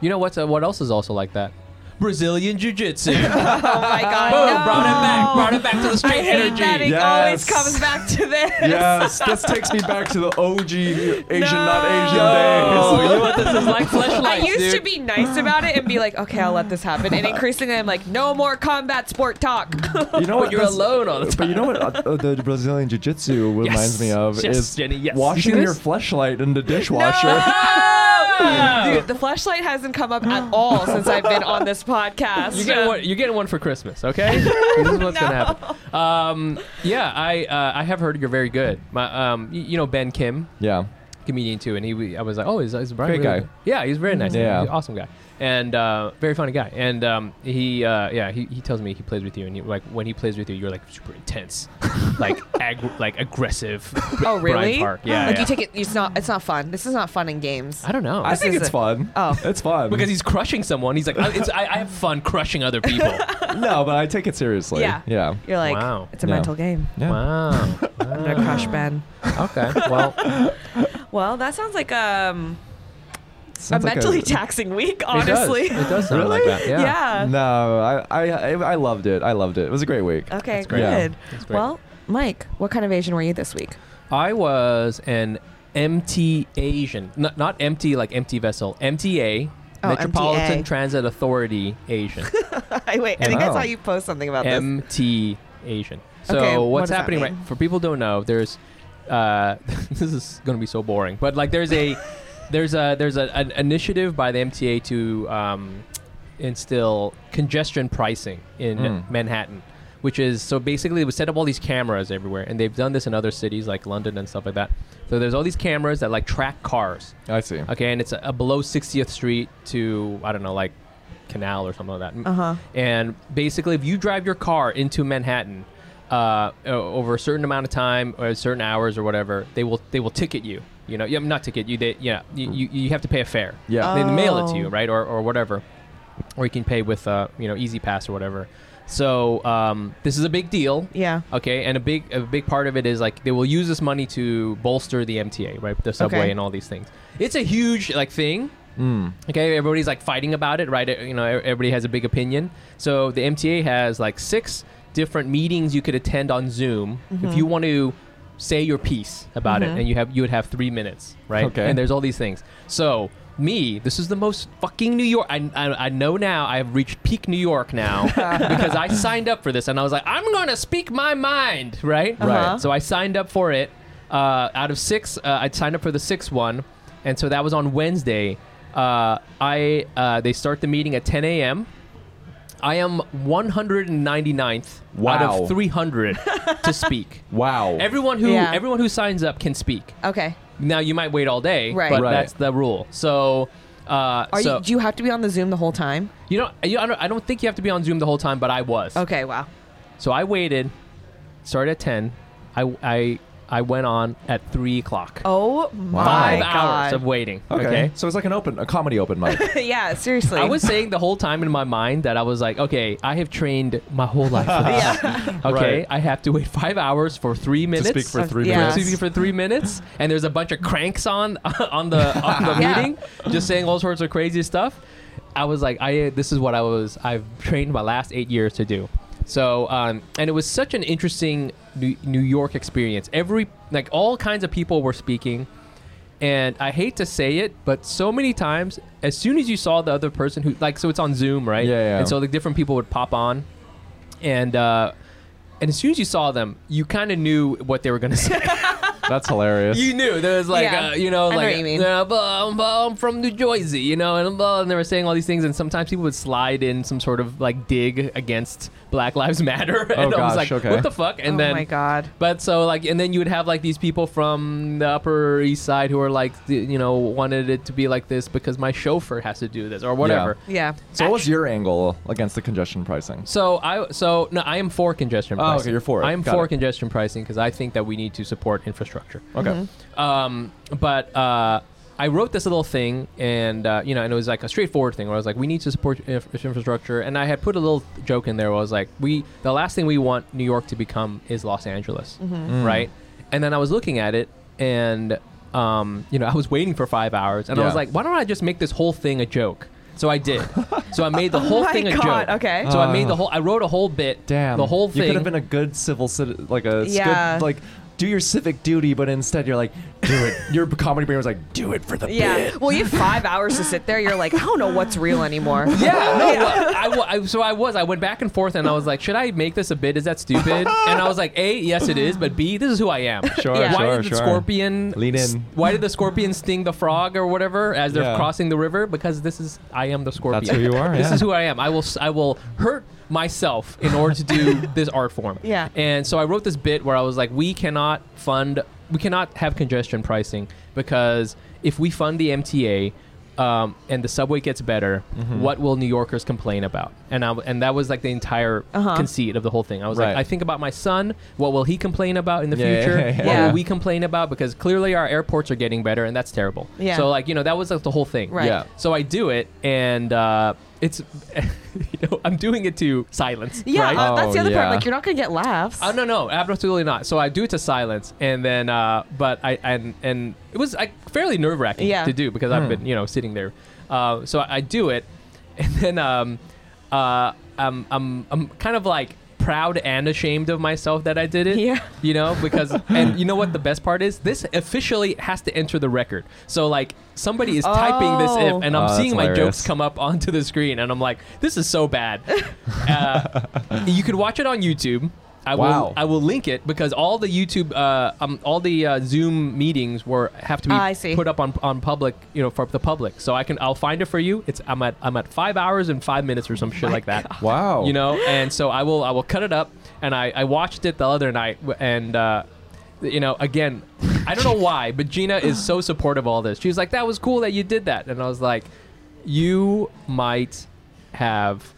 You know what's, uh, what else is also like that? Brazilian Jiu Jitsu.
Oh my god. no.
it back to the
I hate that it
Yes.
always comes back to this.
Yes, this takes me back to the OG Asian not Asian
No.
days.
You know what
this is like?
I used to be nice about it and be like, okay, I'll let this happen. And increasingly, I'm like, no more combat sport talk.
You know what?
You're
this-
alone all the time.
But you know what uh, uh, the Brazilian Jiu Jitsu reminds me of
Yes,
is
Jenny, yes. You see
washing your
this?
fleshlight in the dishwasher.
No! Dude, the flashlight hasn't come up at all since I've been on this podcast.
You're getting one. You're getting one for Christmas, okay? this is what's gonna happen. Um, yeah, I uh, I have heard you're very good. My um, y- you know Ben Kim,
yeah.
comedian too, and he I was like, oh, is, is Brian
Great
really
guy.
good? Yeah, he's very nice.
Yeah.
He's an awesome guy, and uh, very funny guy. And um, he uh, yeah, he, he tells me he plays with you, and he, like when he plays with you, you're like super intense, like ag- like aggressive.
Oh, really?
Brian Park. Yeah,
Like
yeah.
you take it. It's not. It's not fun. This is not fun in games.
I don't know.
I
This
think
is
it's
a-
fun.
Oh.
It's fun.
because he's crushing someone. He's like, I, it's, I, I have fun crushing other people.
no, but I take it seriously.
Yeah.
Yeah.
You're like,
Wow.
it's a
Yeah.
mental game.
Yeah.
Wow.
I'm gonna crush Ben.
Okay. Well,
Well, that sounds like um,
Sounds
a
like
mentally taxing week.
it does.
Honestly,
it does, sound like that. Yeah.
yeah.
No, I, I I- I loved it. I loved it. It was a great week.
Okay,
That's
great. Yeah.
good.
That's great.
Well, Mike, what kind of Asian were you this week?
I was an empty Asian, not not empty like empty vessel, MTA,
Oh,
Metropolitan
MTA.
Transit Authority Asian,
I wait. I think
Wow.
I saw you post something about this.
MT Asian. So
Okay, what
what's
does that
happening right
mean?
for people who don't know? There's, uh, this is going to be so boring, but like there's a there's a there's a, an initiative by the MTA to um, instill congestion pricing in
Mm.
Manhattan, which is so basically we set up all these cameras everywhere, and they've done this in other cities like London and stuff like that. So there's all these cameras that like track cars,
I see.
okay, and it's a, a below 60th Street to I don't know like Canal or something like that.
Uh huh.
And basically, if you drive your car into Manhattan uh, o- over a certain amount of time or certain hours or whatever, they will they will ticket you. You know, yeah, not ticket you. They, yeah, you, you, you have to pay a fare.
Yeah.
they mail it to you,
Oh.
right, or, or whatever, or you can pay with uh, you know Easy Pass or whatever. So um, this is a big deal.
Yeah.
Okay, and a big a big part of it is like they will use this money to bolster the MTA, right, the subway
Okay.
and all these things. It's a huge like thing.
Mm.
Okay, everybody's like fighting about it, right? You know, e-, everybody has a big opinion. So the MTA has like six different meetings you could attend on Zoom if you want to say your piece about
Mhm.
it, and you have you would have three minutes, right?
Okay.
And there's all these things. So me, this is the most fucking New York. I, I, I know now. I have reached peak New York now because I signed up for this, and I was like, I'm gonna speak my mind, right?
Uh-huh.
Right. So I signed up for it. Uh, out of six, uh, I signed up for the sixth one, and so that was on Wednesday. Uh, I uh, they start the meeting at 10 a.m. I am 199th out
Wow.
of 300 to speak.
Wow.
Everyone who
Yeah.
everyone who signs up can speak.
Okay.
Now you might wait all day,
Right.
but
Right.
that's the rule. So, uh,
Are
so
you? Do you have to be on the Zoom the whole time?
you know, you, I, don't, I don't think you have to be on Zoom the whole time, but I was.
Okay. Wow.
So I waited. Started at 10. I I I went on at three o'clock.
Oh my
Five
god.
hours of waiting.
Okay.
okay?
So it's like an open, a comedy open mic.
yeah. Seriously.
I was saying the whole time in my mind that I was like, okay, I have trained my whole life for this.
Yeah.
Okay,
Right.
I have to wait five hours for three minutes.
speak for three
Yeah.
minutes.
Excuse me for three minutes, and there's a bunch of cranks on on the on the
Yeah.
meeting, just saying all sorts of crazy stuff. I was like, I this is what I was I've trained my last eight years to do. So, um, and it was such an interesting New, New York experience. Every like all kinds of people were speaking, and I hate to say it, but so many times, as soon as you saw the other person who like, so it's on Zoom, right?
Yeah, yeah.
And so like different people would pop on, and uh, and as soon as you saw them, you kind of knew what they were gonna say.
That's hilarious.
You knew there was like
Yeah.
uh, you know
I know
like
what you mean.
uh, blah, I'm, I'm from New Jersey, you know, and, blah, and they were saying all these things, and sometimes people would slide in some sort of like dig against Black Lives Matter, and I was
gosh,
like,
okay.
what the fuck? And
oh
then
my god.
but so like, and then you would have like these people from the Upper East Side who are like, th- you know, wanted it to be like this because my chauffeur has to do this or whatever.
Yeah.
so what was your angle against the congestion pricing?
So I so no, I am for congestion.
Oh,
Pricing.
okay, you're for it.
I am
Got
for
it.
congestion pricing because I think that we need to support infrastructure.
Okay.
Mm-hmm.
Um, but uh, I wrote this little thing, and uh, you know, and it was like a straightforward thing where I was like, we need to support inf- infrastructure, and I had put a little joke in there where I was like, we the last thing we want New York to become is Los Angeles,
Mm-hmm.
Mm.
right? And then I was looking at it, and um, you know, I was waiting for five hours, and I was
Yeah.
like, why don't I just make this whole thing a joke? So I did. so I made the whole
my
thing a
God,
joke.
okay.
So I made the
Oh.
whole. I wrote a whole bit.
Damn.
The whole
You
thing.
could have been a good civil citizen, like a s-
Yeah.
good, like do your civic duty, but instead you're like, do it. Your comedy brain was like, do it for the
Yeah.
bit.
Well, you have five hours to sit there. You're like, I don't know what's real anymore.
Yeah, no, well, I, wa- I- so I was. I went back and forth, and I was like, "Should I make this a bit? Is that stupid?" And I was like, "A, yes, it is, but B, this is who I am."
Sure,
Yeah.
Why
sure,
did the
sure.
scorpion
Lean in.
s- Why did the scorpion sting the frog or whatever as they're
Yeah.
crossing the river? Because this is I am the scorpion.
That's who you are.
This
yeah.
is who I am. I will s- I will hurt myself in order to do this art form.
Yeah.
And so I wrote this bit where I was like, we cannot fund, we cannot have congestion pricing because if we fund the MTA. Um, and the subway gets better.
Mm-hmm.
What will New Yorkers complain about? And I, and that was like the entire
Uh-huh.
conceit of the whole thing. I was like,
Right.
I think about my son. What will he complain about in the
Yeah,
future?
yeah, yeah,
What
yeah.
will we complain about? Because clearly our airports are getting better, and that's terrible.
Yeah.
So like you know that was like the whole thing.
Right.
Yeah.
So I do it, and uh, it's you know I'm doing it to silence.
Yeah,
Right?
uh, that's the
Oh,
other
yeah.
part. Like, you're not gonna get laughs.
Oh no no absolutely not. So I do it to silence, and then uh, but I and and it was like fairly nerve wracking
Yeah.
to do because
Hmm.
I've been you know sitting there. Uh, so I, I do it, and then um, uh, I'm I'm I'm kind of like proud and ashamed of myself that I did it.
Yeah.
You know because and you know what the best part is this officially has to enter the record. So like somebody is typing this
Oh.
if, and I'm
Oh, that's
seeing my jokes
hilarious.
come up onto the screen, and I'm like this is so bad. uh, you could watch it on YouTube. I
Wow.
will I will link it because all the YouTube uh, um, all the uh, Zoom meetings were have to be
Ah, I see.
put up on, on public you know for the public. So I can I'll find it for you. It's I'm at I'm at five hours and five minutes or some shit like that.
Wow.
You know, and so I will I will cut it up and I, I watched it the other night w- and uh, you know again I don't know why but Gina is so supportive of all this. She was like that was cool that you did that and I was like you might have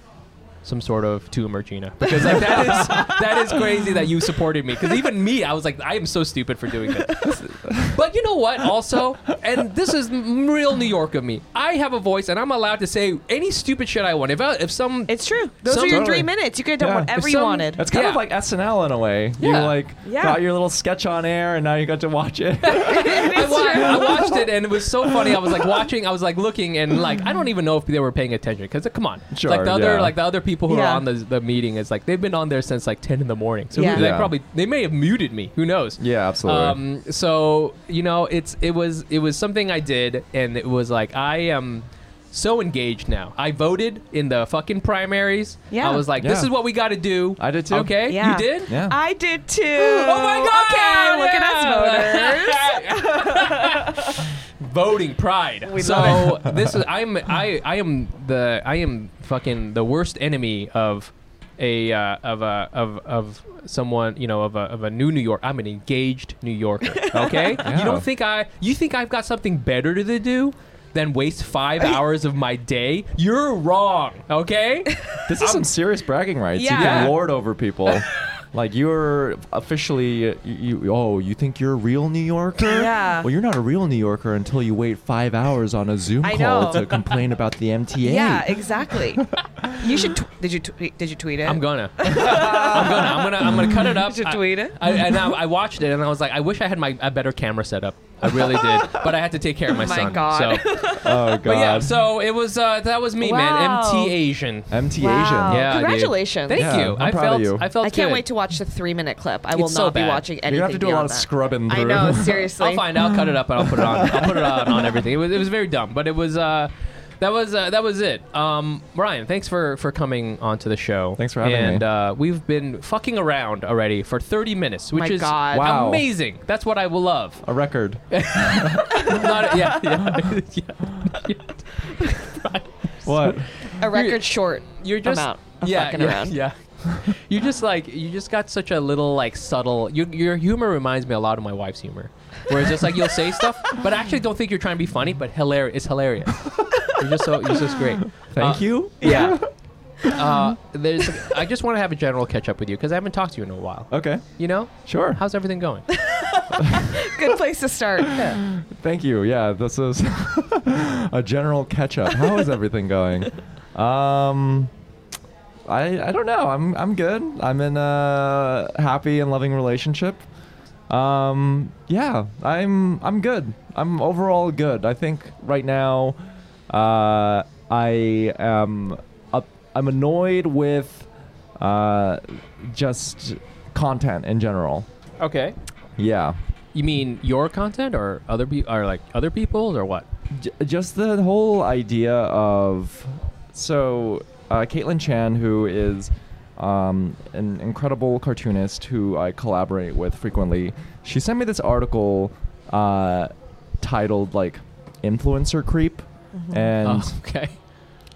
some sort of tumor, Gina. Because like that is that is crazy that you supported me. Because even me, I was like, I am so stupid for doing this. But you know what? Also, and this is m- real New York of me. I have a voice, and I'm allowed to say any stupid shit I want. If I, if some
It's true. Those
Some-
are your
Totally.
three minutes. You could have done
Yeah.
whatever
If
you
some-
wanted.
It's kind of
Yeah.
like SNL in a way. You
Yeah.
like
Yeah.
got your little sketch on air, and now you got to watch it.
I, wa- I watched it and it was so funny. I was like watching, I was like looking, and like I don't even know if they were paying attention because come on,
Sure,
like the other
yeah.
like the other people who
Yeah.
are on the, the meeting is like they've been on there since like ten in the morning, so
Yeah.
they
Yeah.
probably they may have muted me. Who knows?
Yeah, absolutely.
Um, so you know, it's it was it was something I did, and it was like I am so engaged now. I voted in the fucking primaries.
Yeah.
I was like, this
Yeah.
is what we got to do.
I did too.
Okay,
Yeah.
you did.
yeah.
I did too.
Oh my god!
Okay, look at us voters.
us voters. Voting pride.
We
so
love
this is I'm I I am the I am fucking the worst enemy of a uh, of a of of someone you know of a of a new New York. I'm an engaged New Yorker. Okay, you
Yeah.
don't think I you think I've got something better to do? Than waste five hours of my day? You're wrong, okay?
This is some serious bragging rights. You
Yeah.
can lord over people. like you're officially you, you- oh, you think you're a real New Yorker?
Yeah.
Well, you're not a real New Yorker until you wait 5 hours on a Zoom
I know.
call to complain about the MTA.
Yeah, exactly. you should. Tw- did you tweet? Did you tweet it?
I'm gonna. I'm gonna. I'm gonna. I'm gonna cut it up.
Did you
I-
tweet it?
I, and I, I watched it, and I was like, I wish I had my a better camera set up. I really did, but I had to take care of my,
My
son.
God.
So,
Oh god.
but yeah, so it was. Uh, that was me,
Wow.
man. MT Asian.
MT
Wow.
Asian.
Yeah, dude.
Congratulations.
Thank
Yeah,
you.
I'm
I
proud of
felt.
you.
I felt.
I can't
good.
wait to watch the three minute clip. I will
It's
not
so
be
bad.
watching anything.
You're gonna have to do a lot
beyond
of
that.
scrubbing
I
through.
know, seriously.
I'll find. I'll cut it up and I'll put it on. I'll put it on, on everything. It was. It was very dumb, but it was. Uh, that was uh, that was it. Um, Ryan, thanks for for coming onto the show.
Thanks for having
and,
me.
uh, we've been fucking around already for 30 minutes,
Oh
My
which is
God.
Wow.
amazing. That's what I will love.
a record.
Not- yeah, yeah, yeah.
Uh,
what?
A record short.
You're just
amount of
yeah,
fucking
yeah,
around.
yeah. You just like you just got such a little like subtle. Your, your humor reminds me a lot of my wife's humor, where it's just like you'll say stuff, but I actually don't think you're trying to be funny, but hilarious. It's hilarious. You're just so you're just great.
Thank
Uh,
you.
Yeah. Uh, there's. I just want to have a general catch up with you because I haven't talked to you in a while.
Okay.
You know,
Sure.
how's everything going?
Good place to start.
Thank you. Yeah, this is a general catch up. How is everything going? Um, I I don't know. I'm I'm good. I'm in a happy and loving relationship. Um, yeah, I'm I'm good. I'm overall good. I think right now, uh, I am up, I'm annoyed with uh, just content in general.
Okay.
Yeah.
You mean your content or other people or like other people's or what?
J- just the whole idea of so uh, Caitlin Chan, who is um, an incredible cartoonist who I collaborate with frequently, she sent me this article uh, titled like "Influencer Creep," and
Oh, okay.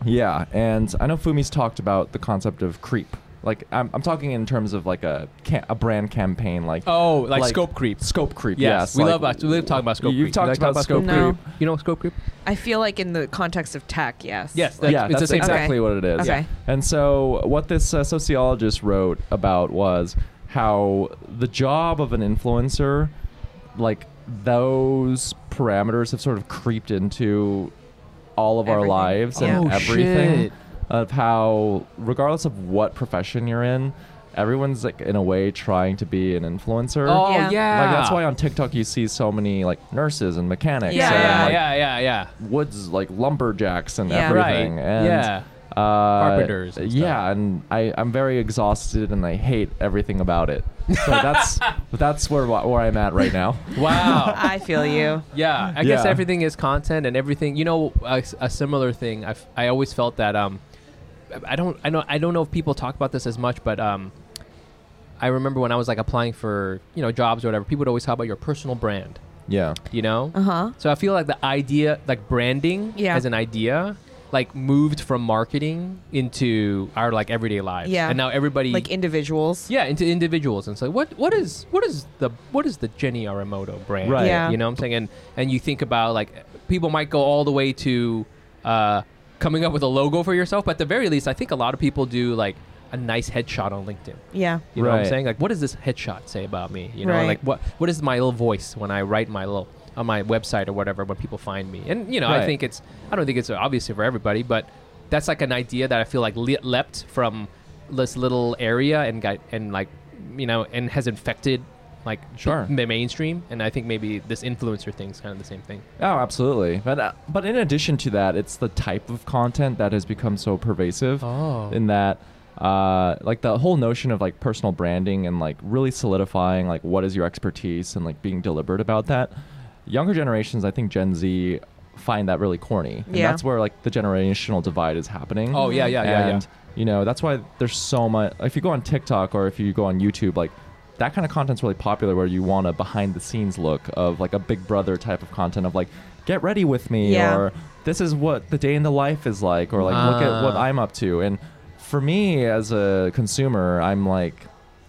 yeah, and I know Fumi's talked about the concept of creep. Like I'm, I'm talking in terms of like a ca- a brand campaign, like
Oh, like,
Like-
scope creep.
scope creep.
Yes,
Yes,
we
like-
love uh, about, we love talking about scope
You've
creep.
talked
Like,
about scope
No.
creep.
You know what scope creep?
I feel like in the context of tech, yes.
Yes,
Like,
yeah,
That's- it's
that's
the same thing.
exactly what it is.
Okay.
And so, what this uh, sociologist wrote about was how the job of an influencer, like those parameters, have sort of creeped into all of
Everything.
our lives
Yeah.
and
Oh,
everything.
shit.
Of how, regardless of what profession you're in, everyone's like in a way trying to be an influencer.
Oh yeah.
Yeah.
Like that's why on TikTok you see so many like nurses and mechanics
Yeah,
and
yeah,
like
yeah, yeah, yeah.
woods like lumberjacks and
Yeah.
Right.
everything. And,
Yeah.
Uh,
Carpenters and stuff.
yeah, and I, I'm very exhausted and I hate everything about it. So that's that's where where I'm at right now.
Wow.
I feel you.
Yeah, I guess
Yeah.
everything is content and everything. You know, a, a similar thing. I I always felt that um, I don't I don't I don't know if people talk about this as much, but um, I remember when I was like applying for you know jobs or whatever, people would always talk about your personal brand.
Yeah.
You know.
Uh huh.
So I feel like the idea, like branding
Yeah.
as an idea, like moved from marketing into our like everyday lives.
Yeah.
And now everybody
Like individuals.
yeah, into individuals, and so what? What is what is the what is the Jenny Aramoto brand?
Right.
Yeah.
You know what I'm saying? And and you think about like people might go all the way to uh, coming up with a logo for yourself, but at the very least, I think a lot of people do like a nice headshot on LinkedIn.
Yeah.
You know what I'm
Right.
saying? Like, what does this headshot say about me? You know,
Right.
like what what is my little voice when I write my little on my website or whatever when people find me? And you know, I
Right.
think it's I don't think it's obviously for everybody, but that's like an idea that I feel like le- leapt from this little area and got and like you know and has infected like
Sure.
the mainstream. And I think maybe this influencer thing is kind of the same thing.
Oh, absolutely. But uh, but in addition to that, it's the type of content that has become so pervasive.
Oh.
In that, uh, like the whole notion of like personal branding and like really solidifying like what is your expertise and like being deliberate about that. Younger generations, I think Gen Z, find that really corny. And
Yeah.
That's where like the generational divide is happening.
Oh yeah, yeah, yeah,
and you know that's why there's so much. If you go on TikTok or if you go on YouTube, like that kind of content's really popular, where you want a behind-the-scenes look of like a Big Brother type of content of like, get ready with me,
Yeah.
or this is what the day in the life is like, or like look at what
Ah.
I'm up to. And for me as a consumer, I'm like,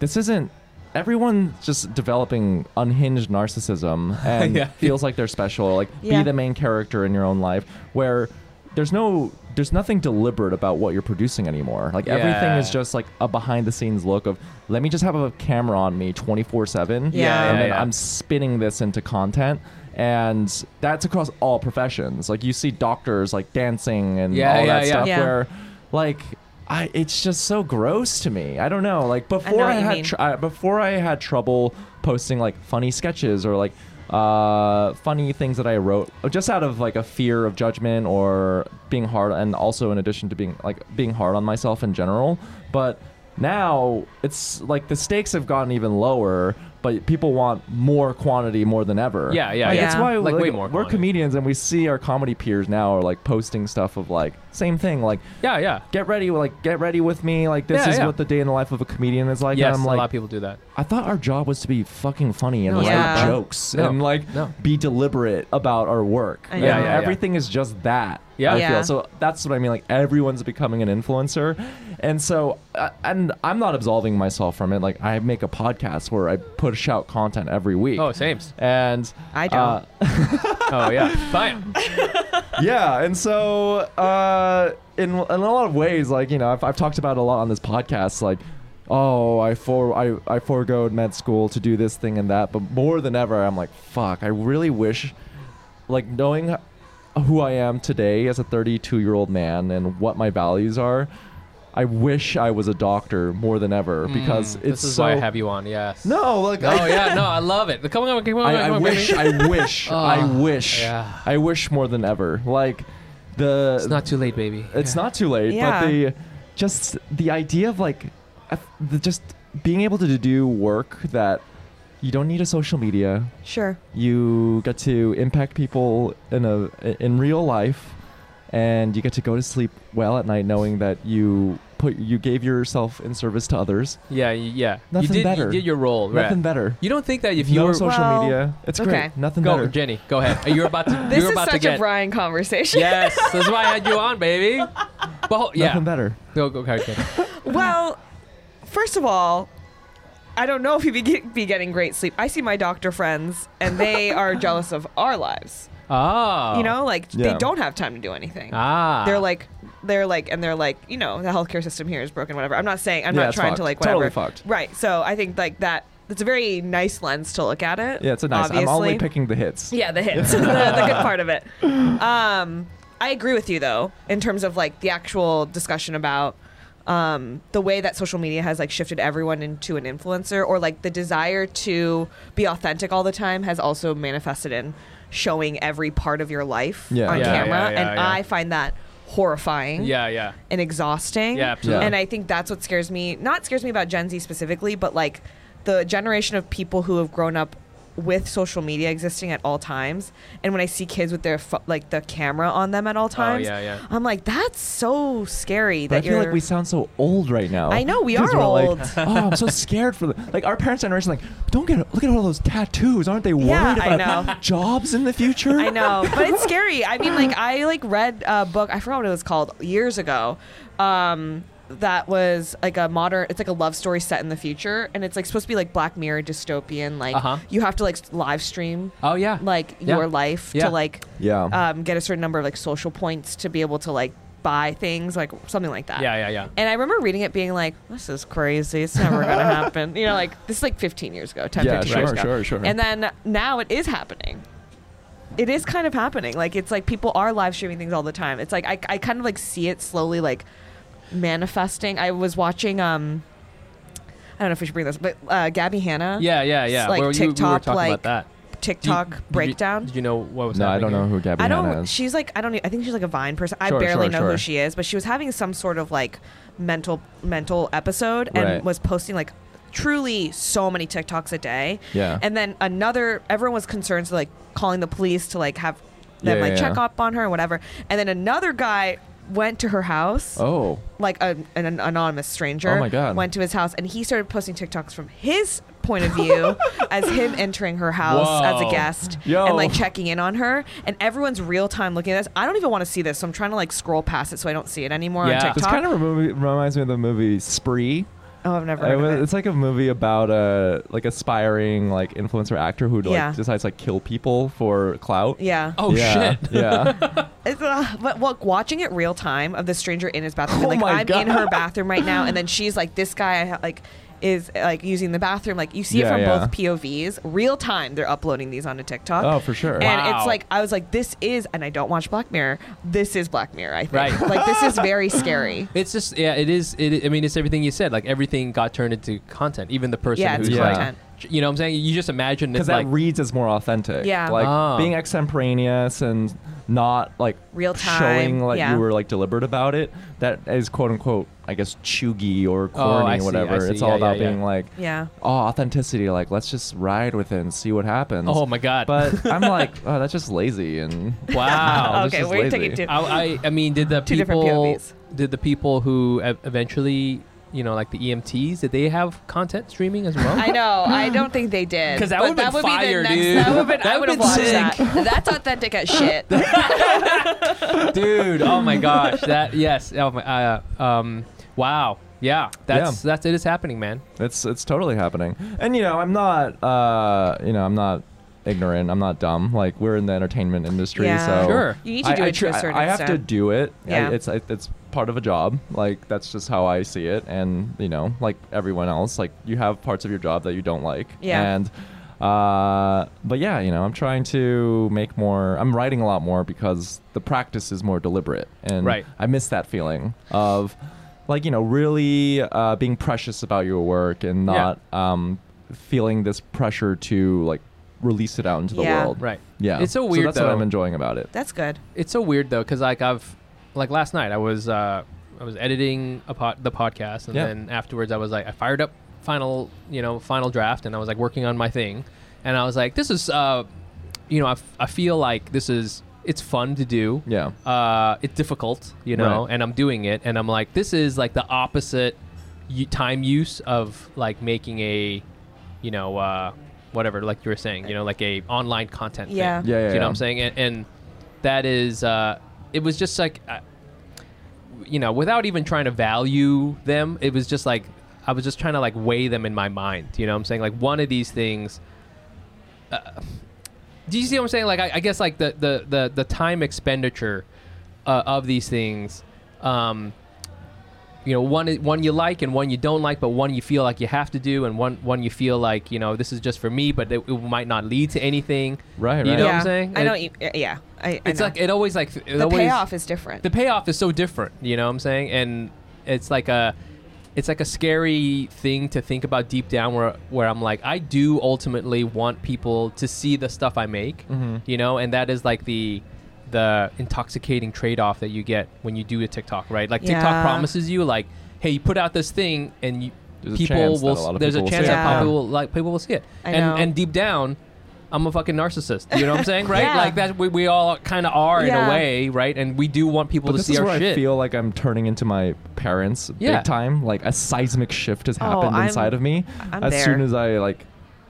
this isn't. Everyone just developing unhinged narcissism and
Yeah.
feels like they're special. Like
Yeah.
be the main character in your own life, where there's no there's nothing deliberate about what you're producing anymore. Like everything
Yeah.
is just like a behind the scenes look of let me just have a camera on me 24 seven.
Yeah. Yeah,
and
yeah,
then
yeah.
I'm spinning this into content. And that's across all professions. Like you see doctors like dancing and
Yeah,
all
yeah,
that
yeah.
stuff.
Yeah.
Where like I, it's just so gross to me. I don't know. Like before
what
I,
you mean.
had tr- I, before I had trouble posting like funny sketches or like uh, funny things that I wrote just out of like a fear of judgment or being hard, and also in addition to being like being hard on myself in general. But now it's like the stakes have gotten even lower, but people want more quantity more than ever.
Yeah, yeah,
Like,
yeah.
That's why
Like, way
like,
more
we're
quantity.
comedians and we see our comedy peers now are like posting stuff of like same thing like
Yeah, yeah.
get ready like get ready with me like this
Yeah,
is
yeah.
what the day in the life of a comedian is like
Yes,
and i'm
a lot of
like
people do that.
i thought our job was to be fucking funny and
No, it's
write
not, bro.
jokes
No,
and like
no.
be deliberate about our work
I
And
know. Yeah,
yeah, yeah.
everything is just that
Yeah.
I
Yeah.
feel. so that's what i mean like everyone's becoming an influencer and so uh, and i'm not absolving myself from it like i make a podcast where i push out content every week
Oh, same.
and
I don't.
uh,
oh yeah. Fine.
yeah, and so uh, in in a lot of ways, like you know, I've, I've talked about a lot on this podcast, like. Oh, I for I I foregoed med school to do this thing and that, but more than ever, I'm like, fuck. I really wish, like, knowing who I am today as a 32 year old man and what my values are, I wish I was a doctor more than ever because
Mm,
it's
this is
so.
why I have you on. Yes.
no, like,
No,
I,
Oh, yeah, no, I love it. Come on, come on,
I,
come
I
on, baby.
wish, I wish, I
Oh,
wish,
yeah.
I wish more than ever. Like the
It's not too late, baby.
it's not too late
Yeah.
but the just the idea of like I f- the, just being able to do work that you don't need a social media.
Sure.
You get to impact people in a in real life, and you get to go to sleep well at night knowing that you put you gave yourself in service to others.
Yeah, y- yeah.
Nothing
you did,
better.
You did your role. right.
Nothing better.
You don't think that if you
no
were
social
Well,
media, it's
okay.
great. Nothing
go,
better.
Jenny, go ahead. You're about to.
This
you're
is
about to
such
get.
a Brian conversation.
yes, that's why I had you on, baby. But ho- yeah,
Nothing better.
go go okay, okay.
Well, first of all, I don't know if you be, get, be getting great sleep. I see my doctor friends, and they are jealous of our lives.
Ah,
You know, like
Yeah.
they don't have time to do anything.
ah,
They're like, they're like, and they're like, you know, the healthcare system here is broken. Whatever. I'm not saying. I'm
Yeah,
not
it's
trying
fucked.
to like whatever.
Totally fucked.
Right. So I think like that. It's a very nice lens to look at it.
Yeah, it's a nice.
Obviously.
I'm only picking the hits.
Yeah, the hits, the, the good part of it. Um, I agree with you though, in terms of like the actual discussion about um, the way that social media has like shifted everyone into an influencer, or like the desire to be authentic all the time has also manifested in showing every part of your life
Yeah.
on
Yeah,
camera,
yeah, yeah,
and
yeah.
I find that horrifying
yeah, yeah,
and exhausting.
Yeah, absolutely.
And I think that's what scares me. Not scares me about Gen Z specifically, but like the generation of people who have grown up with social media existing at all times. And when I see kids with their pho- like the camera on them at all times,
Oh, yeah, yeah.
I'm like, that's so scary.
But I
that
feel
you're
like we sound so old right now.
I know, we
'Cause
are
we're like,
old.
oh, I'm so scared for the like our parents' generation. Like, don't get look at all those tattoos. Aren't they worried
Yeah, I
about
know.
jobs in the future?
I know, but it's scary. I mean, like I like read a book. I forgot what it was called years ago. Um, that was like a modern. It's like a love story set in the future, and it's like supposed to be like Black Mirror dystopian. Like
Uh-huh.
you have to like s- live stream
Oh yeah,
like
Yeah.
your life
Yeah.
to like
Yeah.
um, get a certain number of like social points to be able to like buy things like something like that.
yeah, yeah, yeah.
And I remember reading it being like, this is crazy. It's never going to happen. You know, like this is like 15 years ago, 10,
Yeah,
15
sure,
years ago.
sure, sure.
And then now it is happening. It is kind of happening. Like it's like people are live streaming things all the time. It's like I, I kind of like see it slowly like manifesting. I was watching, um, I don't know if we should bring this, but uh, Gabby Hanna
Yeah, yeah, yeah.
like
Well, you- we were
TikTok,
talking
like,
about that. Do you-
TikTok
did you-
breakdown.
Did you know what was
no, I
happening
don't know
here?
who Gabby
I
Hanna
don't.
is.
She's like I don't. e- I think she's like a Vine person. I
Sure,
barely
sure,
know
sure.
who she is, but she was having some sort of like mental mental episode and
Right.
was posting like truly so many TikToks a day.
Yeah.
And then another. Everyone was concerned, so like calling the police to like have them
Yeah,
like
yeah,
check
yeah.
up on her and whatever. And then another guy went to her house
oh,
like a, an, an anonymous stranger
Oh my God.
went to his house and he started posting TikToks from his point of view as him entering her house as
Whoa.
a guest
Yo.
and like checking in on her and everyone's real time looking at this. I don't even want to see this, so I'm trying to like scroll past it so I don't see it anymore
Yeah.
on
This
this
TikTok.
kind of reminds me of the movie Spree.
oh, I've never
It
heard
was-
of it.
it's like a movie about a like aspiring like influencer actor who like
Yeah.
decides to, like kill people for clout.
Yeah.
Oh
yeah,
shit.
Yeah.
It's, uh, but well, watching it real time of the stranger in his bathroom,
Oh
like
my
I'm
God.
in her bathroom right now, and then she's like, this guy I ha- like is like using the bathroom. Like you see
Yeah,
it from
yeah.
both POVs, real time. They're uploading these onto TikTok.
oh, for sure.
And
Wow.
it's like I was like, this is, and I don't watch Black Mirror. This is Black Mirror. I think.
Right.
Like this is very scary.
It's just yeah, it is. It, I mean, it's everything you said. Like everything got turned into content. Even the person
Yeah, it's
who's
Yeah.
content.
like, you know, what I'm saying you just imagine it's
because that
like
reads as more authentic.
Yeah.
like
Ah.
being extemporaneous and not like
Real time,
showing like
yeah.
you were like deliberate about it. That is quote unquote, I guess, chuggy or
I
corny,
see, Oh, I
whatever.
see.
It's
Yeah,
all
yeah,
about
yeah.
being like,
Yeah.
oh, authenticity. Like let's just ride with it and see what happens.
oh my god.
But I'm like, oh, that's just lazy and
wow.
this
okay,
is
we're
lazy.
taking two.
I, I I mean, did the
Two different
people
POVs.
did the people who ev- eventually you know like the EMTs did they have content streaming as well?
I know. I don't think they did.
'Cause that
But
would've been
would
fire,
be the next,
dude.
That would have been.
That
I
would've
would have
been
watched
sick.
that. That's authentic as shit.
dude. Oh my gosh. That yes. Oh my. Uh, um. Wow. Yeah. That's that's it is happening, man.
It's it's totally happening. And you know, I'm not uh you know, I'm not ignorant, I'm not dumb. Like we're in the entertainment industry,
Yeah.
so
Sure.
You need to
I-
do
I
it to a
tr- I-
certain
I have to
extent.
do it. I-
Yeah.
it's I- it's part of a job. Like that's just how I see it and you know, like everyone else, like you have parts of your job that you don't like.
Yeah.
And uh but yeah, you know, I'm trying to make more I'm writing a lot more because the practice is more deliberate and
Right.
I miss that feeling of like you know really uh, being precious about your work and
Yeah.
not um, feeling this pressure to like release it out into the
Yeah.
world.
Right.
Yeah.
It's so weird,
that's
though.
what I'm enjoying about it.
That's good.
It's so weird though, because like I've like last night I was uh I was editing a pod, the podcast, and
Yeah.
then afterwards I was like I fired up final, you know, final draft, and I was like working on my thing, and I was like, this is, uh, you know, I, f- I feel like this is it's fun to do.
Yeah.
Uh, it's difficult, you know,
Right.
and I'm doing it, and I'm like, this is like the opposite u- time use of like making a, you know, uh, whatever, like you were saying, you know, like a online content.
Yeah.
Thing.
Yeah, yeah,
Do you know
yeah.
what I'm saying? And, and that is, uh, it was just like, uh, you know, without even trying to value them, it was just like I was just trying to like weigh them in my mind. You know what I'm saying? Like one of these things. Uh, do you see what I'm saying? Like I, I guess like the the the, the time expenditure uh, of these things. Um, you know, one i- one you like and one you don't like, but one you feel like you have to do, and one one you feel like you know this is just for me, but it, it might not lead to anything.
Right, right.
You know
yeah.
what I'm saying?
I
It-
know. You, yeah. I, I
It's
know.
like it always like it
the
always,
payoff is different.
the payoff is so different you know what i'm saying and it's like a it's like a scary thing to think about deep down where where i'm like i do ultimately want people to see the stuff i make
Mm-hmm.
you know and that is like the the intoxicating trade-off that you get when you do a tiktok right like
Yeah.
tiktok promises you like hey you put out this thing and you
There's a
people
chance that
will
a lot of
there's
people
a
will
chance
see
that
it.
people will like people will see it
I
and
know.
and deep down I'm a fucking narcissist. You know what I'm saying, right?
Yeah.
Like that, we, we all kind of are in
Yeah.
a way, right? And we do want people
But
to
this
see
is
our
where
shit.
I feel like I'm turning into my parents
Yeah.
big time. Like a seismic shift has
Oh,
happened
I'm-
inside of me.
I'm
as soon
there.
as I like,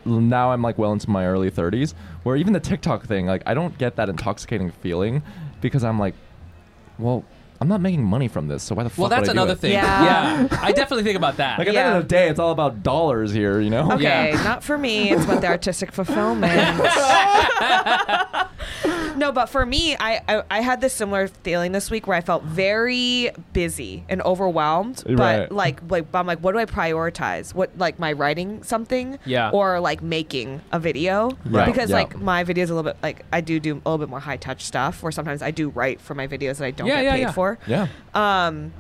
l- now I'm like well into my early 30s, where even the TikTok thing, like I don't get that intoxicating feeling because I'm like, well, I'm not making money from this, so why the fuck?
well, that's
would I do
another
it?
thing.
Yeah.
Yeah. I definitely think about that.
Like at the end
Yeah.
of the day, it's all about dollars here, you know.
Okay.
Okay,
Yeah.
not for me. It's about the artistic fulfillment. no, but for me, I, I I had this similar feeling this week where I felt very busy and overwhelmed. But
Right.
like, like I'm like, what do I prioritize? What like my writing something?
Yeah.
Or like making a video?
Right.
Because
Yeah.
like my videos a little bit like I do do a little bit more high touch stuff, or sometimes I do write for my videos that I don't
Yeah,
get
yeah,
paid
yeah.
for.
Yeah.
Um,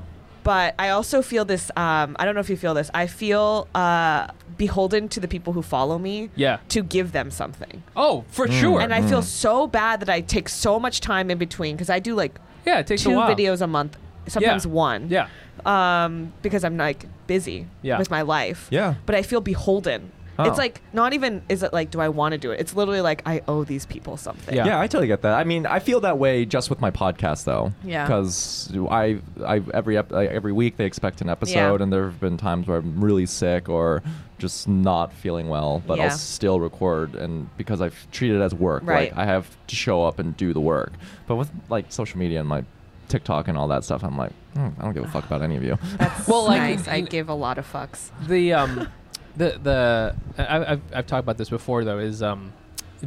but I also feel this. Um, I don't know if you feel this. I feel uh, beholden to the people who follow me.
Yeah.
To give them something,
Oh, for
Mm.
sure.
and I feel so bad that I take so much time in between because I do like
yeah, it takes
two
a while.
videos a month, sometimes one.
Yeah.
Um, because I'm like busy
Yeah.
with my life.
Yeah.
But I feel beholden.
Oh.
It's like not even is it like do I want to do it? It's literally like I owe these people something.
Yeah.
Yeah. I totally get that. I mean, I feel that way just with my podcast though.
Yeah.
Because I, I every ep- like, every week they expect an episode, and there have been times where I'm really sick or just not feeling well, but
Yeah.
I'll still record, and because I've treated it as work,
Right.
like I have to show up and do the work. But with like social media and my TikTok and all that stuff, I'm like, "Mm, I don't give a fuck about any of you.
That's
Well, like,
nice. I
you-
give a lot of fucks.
The um, the the I, I've I've talked about this before though is um,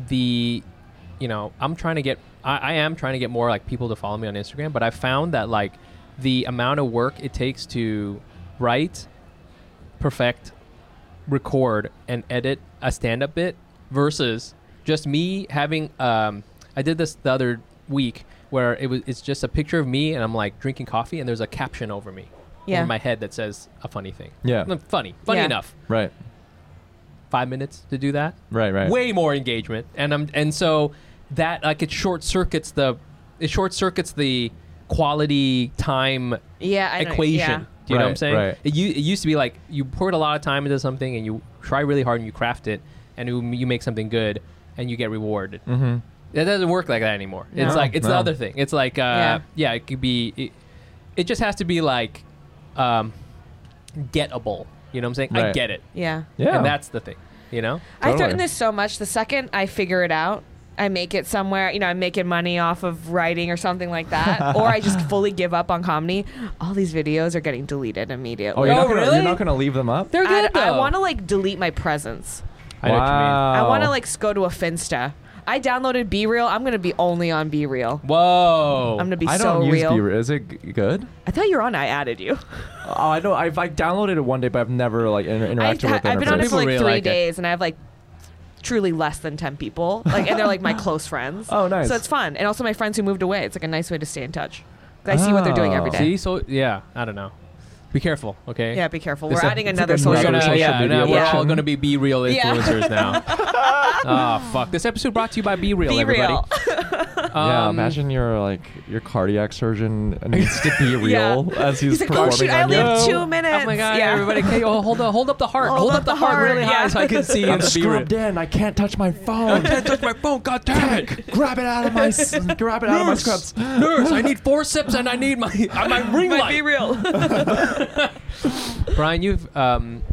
the, you know, I'm trying to get I, I am trying to get more like people to follow me on Instagram, but I found that like the amount of work it takes to write, perfect, record and edit a stand-up bit versus just me having um i did this the other week where it was it's just a picture of me and i'm like drinking coffee and there's a caption over me
Yeah.
over my head that says a funny thing
Yeah.
Mm, funny funny
Yeah.
enough
Right.
five minutes to do that
Right. Right.
way more engagement and i'm and so that like it short circuits the it short circuits the quality time
Yeah. I know-
equation.
yeah.
Do you know what I'm
Right,
saying?
right.
It, u- it used to be like you poured a lot of time into something and you try really hard and you craft it and you, you make something good and you get rewarded.
Mm-hmm.
It doesn't work like that anymore. It's
No.
like it's the
No.
other thing. It's like uh, yeah.
Yeah.
it could be. It, it just has to be like um, gettable. You know what I'm saying? I
Right.
get it,
Yeah.
Yeah.
and that's the thing. You know?
I threaten
Totally.
this so much. The second I figure it out, I make it somewhere. You know, I'm making money off of writing or something like that, or I just fully give up on comedy. All these videos are getting deleted immediately.
Oh, you're,
Oh,
not gonna,
really?
you're not gonna leave them up.
They're
I,
good
I
though.
want to like delete my presence.
I know what you mean.
Oh.
I want to like s- go to a Finsta. I downloaded Be Real. I'm gonna be only on Be Real.
Whoa!
I'm gonna be
I
so
don't use
real.
Be- Is it g- good?
I thought you were on. I added you.
Oh, I know. I've like downloaded it one day, but I've never like inter-
I've,
interacted with it.
I've been on it
People
for like
really
three
like it.
days, and I have like truly less than ten people. Like, and they're like my close friends.
Oh, nice.
So it's fun, and also my friends who moved away. It's like a nice way to stay in touch. 'Cause I see what they're doing every
Oh.
day.
Ah, See, so yeah, I don't know. Be careful, okay?
Yeah, be careful.
It's
We're
a-
adding
it's
another
like
We're
social.
another
gonna-
social
yeah,
media
now we're all
option.
gonna be be real Ah,
Yeah.
influencers now. oh fuck! This episode brought to you by Be Real,
Be
everybody.
real.
yeah,
Um,
imagine your like your cardiac surgeon needs to be
Yeah.
real as he's,
He's like, oh
performing
shoot,
on
I
you.
only have
No.
two minutes.
Oh my god,
yeah.
everybody, okay, oh, hold, up, hold up the heart. Hold, up, the heart, really high
yeah.
so I can see and
I'm
be real.
scrubbed in. I can't touch my phone.
Can't touch my phone, god damn it.
grab it out of my s- grab it out of my scrubs.
Nurse, I need forceps and I need my uh, my ring
Might be
light.
real.
Brian, you've um,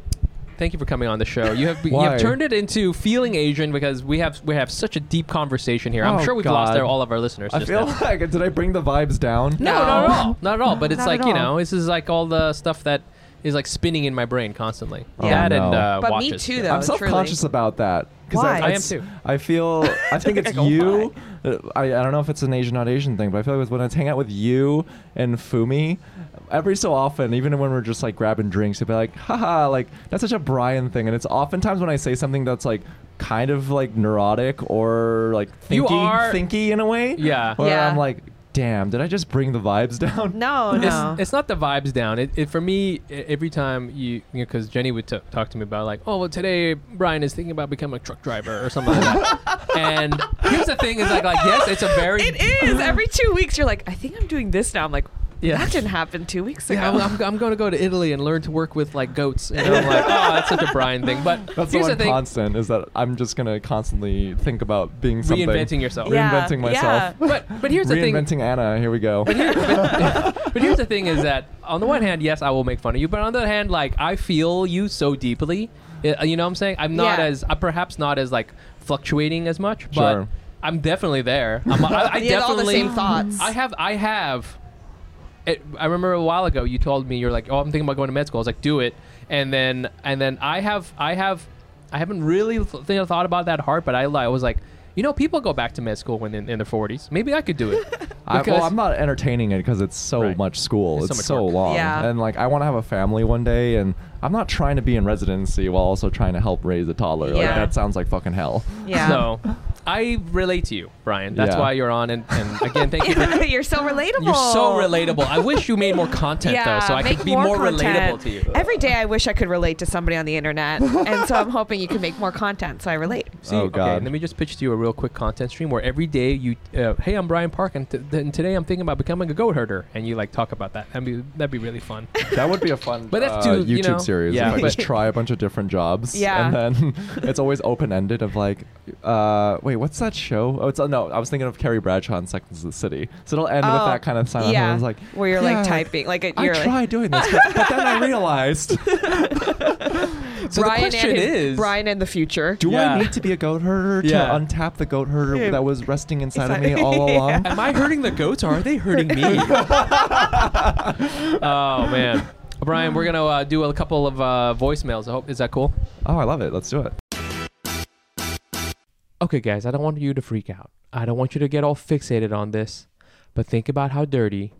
thank you for coming on the show. You have you
Why?
have turned it into feeling Asian because we have we have such a deep conversation here. I'm
Oh,
sure we've lost
God.
our, all of our listeners.
I
just
feel
now.
like did I bring the vibes down?
No,
No.
not at all. Not at all. But it's
Not
like
at
you
all.
know, this is like all the stuff that is like spinning in my brain constantly.
Oh,
that and
no.
uh,
But me
watches.
too,
I'm
though.
self conscious about that. 'cause
Why? I am
it's-
too.
I feel. I think it's
Go,
you. uh, I, I don't know if it's an Asian not Asian thing, but I feel like when I hang out with you and Fumi, every so often, even when we're just like grabbing drinks, you'll be like, haha, like that's such a Brian thing. And it's oftentimes when I say something that's like kind of like neurotic or like thinky,
You are-
thinky in a way.
Yeah.
Where
Yeah.
I'm like, damn, did I just bring the vibes down?
No, no.
It's, it's not the vibes down. It, it for me e- every time you because you know, 'cause Jenny would t- talk to me about like, oh well, today Brian is thinking about becoming a truck driver or something like that. And here's the thing: is like like yes, it's a very
it is. Every two weeks, you're like, I think I'm doing this now. I'm like,
Yeah.
that didn't happen two weeks ago.
Yeah, I'm, I'm, I'm going to go to Italy and learn to work with like goats. And I'm like, oh, that's such a Brian thing. But
That's
here's the
the one
thing:
constant is that I'm just gonna constantly think about being something.
reinventing yourself.
Yeah.
Reinventing myself.
But but here's the thing:
Reinventing Anna. Here we go.
But here's the thing is that on the one hand, yes, I will make fun of you, but on the other hand, like I feel you so deeply. Uh, You know what I'm saying? I'm not
Yeah.
as I'm perhaps not as like fluctuating as much, but
Sure.
I'm definitely there. I'm, I, I
You had all the
definitely
same thoughts.
I have I have. It, I remember a while ago you told me you're like, oh, I'm thinking about going to med school. I was like, do it, and then and then I have I have I haven't really th- th- thought about that hard, but I, I was like, you know, people go back to med school when in, in their 40s. Maybe I could do it.
I,
Because-
well, I'm not entertaining it because it's so
Right.
much school.
It's
It's,
so much
so
work.
long,
Yeah.
and like I want to have a family one day, and I'm not trying to be in residency while also trying to help raise a toddler. Like
Yeah.
that sounds like fucking hell.
yeah.
So I relate to you, Brian. That's
Yeah.
why you're on. And, and again, thank you. For,
you're so relatable.
you're so relatable. I wish you made more content though, so I
make
could be more,
content.
relatable to you.
Every day, I wish I could relate to somebody on the internet, and so I'm hoping you can make more content so I relate.
See,
Oh,
Okay,
God.
let me just pitch to you a real quick content stream where every day you, uh, hey, I'm Brian Park, and, t- and today I'm thinking about becoming a goat herder, and you like talk about that. That'd be that'd be really fun.
That would be a fun
But that's
uh,
too-
YouTube
you know,
series.
yeah,
if I just
but-
try a bunch of different jobs.
Yeah.
And then it's always open ended of like, uh, wait, what's that show? Oh, it's uh, no. I was thinking of Carrie Bradshaw in Seconds of the City. So it'll end with
Oh,
that kind of sound.
Yeah,
And it's like
where you're
"Yeah,
like typing, like a,
I
you're
tried
like
doing this, but, but then I realized.
So
Brian
the question
and his-
is,
Brian and the future.
Do
Yeah.
I need to be a goat herder to
Yeah.
untap the goat herder
Yeah.
that was resting inside of
Inside-
me all
Yeah.
along?
Am I hurting the goats or are they hurting me? oh man, Brian, we're gonna uh, do a couple of uh, voicemails. I hope is that cool?
Oh, I love it. Let's do it.
Okay, guys, I don't want you to freak out. I don't want you to get all fixated on this, but think about how dirty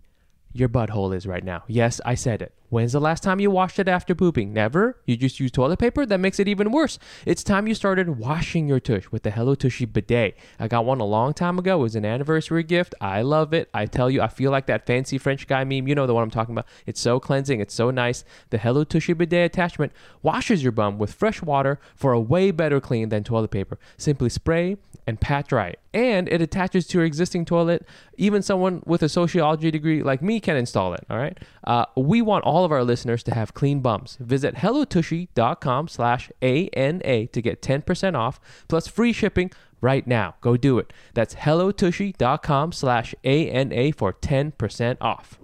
your butthole is right now. Yes, I said it. When's the last time you washed it after pooping? Never? You just use toilet paper? That makes it even worse. It's time you started washing your tush with the Hello Tushy bidet. I got one a long time ago. It was an anniversary gift. I love it. I tell you, I feel like that fancy French guy meme. You know the one I'm talking about. It's so cleansing. It's so nice. The Hello Tushy bidet attachment washes your bum with fresh water for a way better clean than toilet paper. Simply spray and pat dry it. And it attaches to your existing toilet. Even someone with a sociology degree like me can install it. All right. Uh, we want all of our listeners to have clean bums. Visit hellotushy.com slash ANA to get 10% off plus free shipping right now. Go do it. That's hellotushy.com slash ANA for 10% off.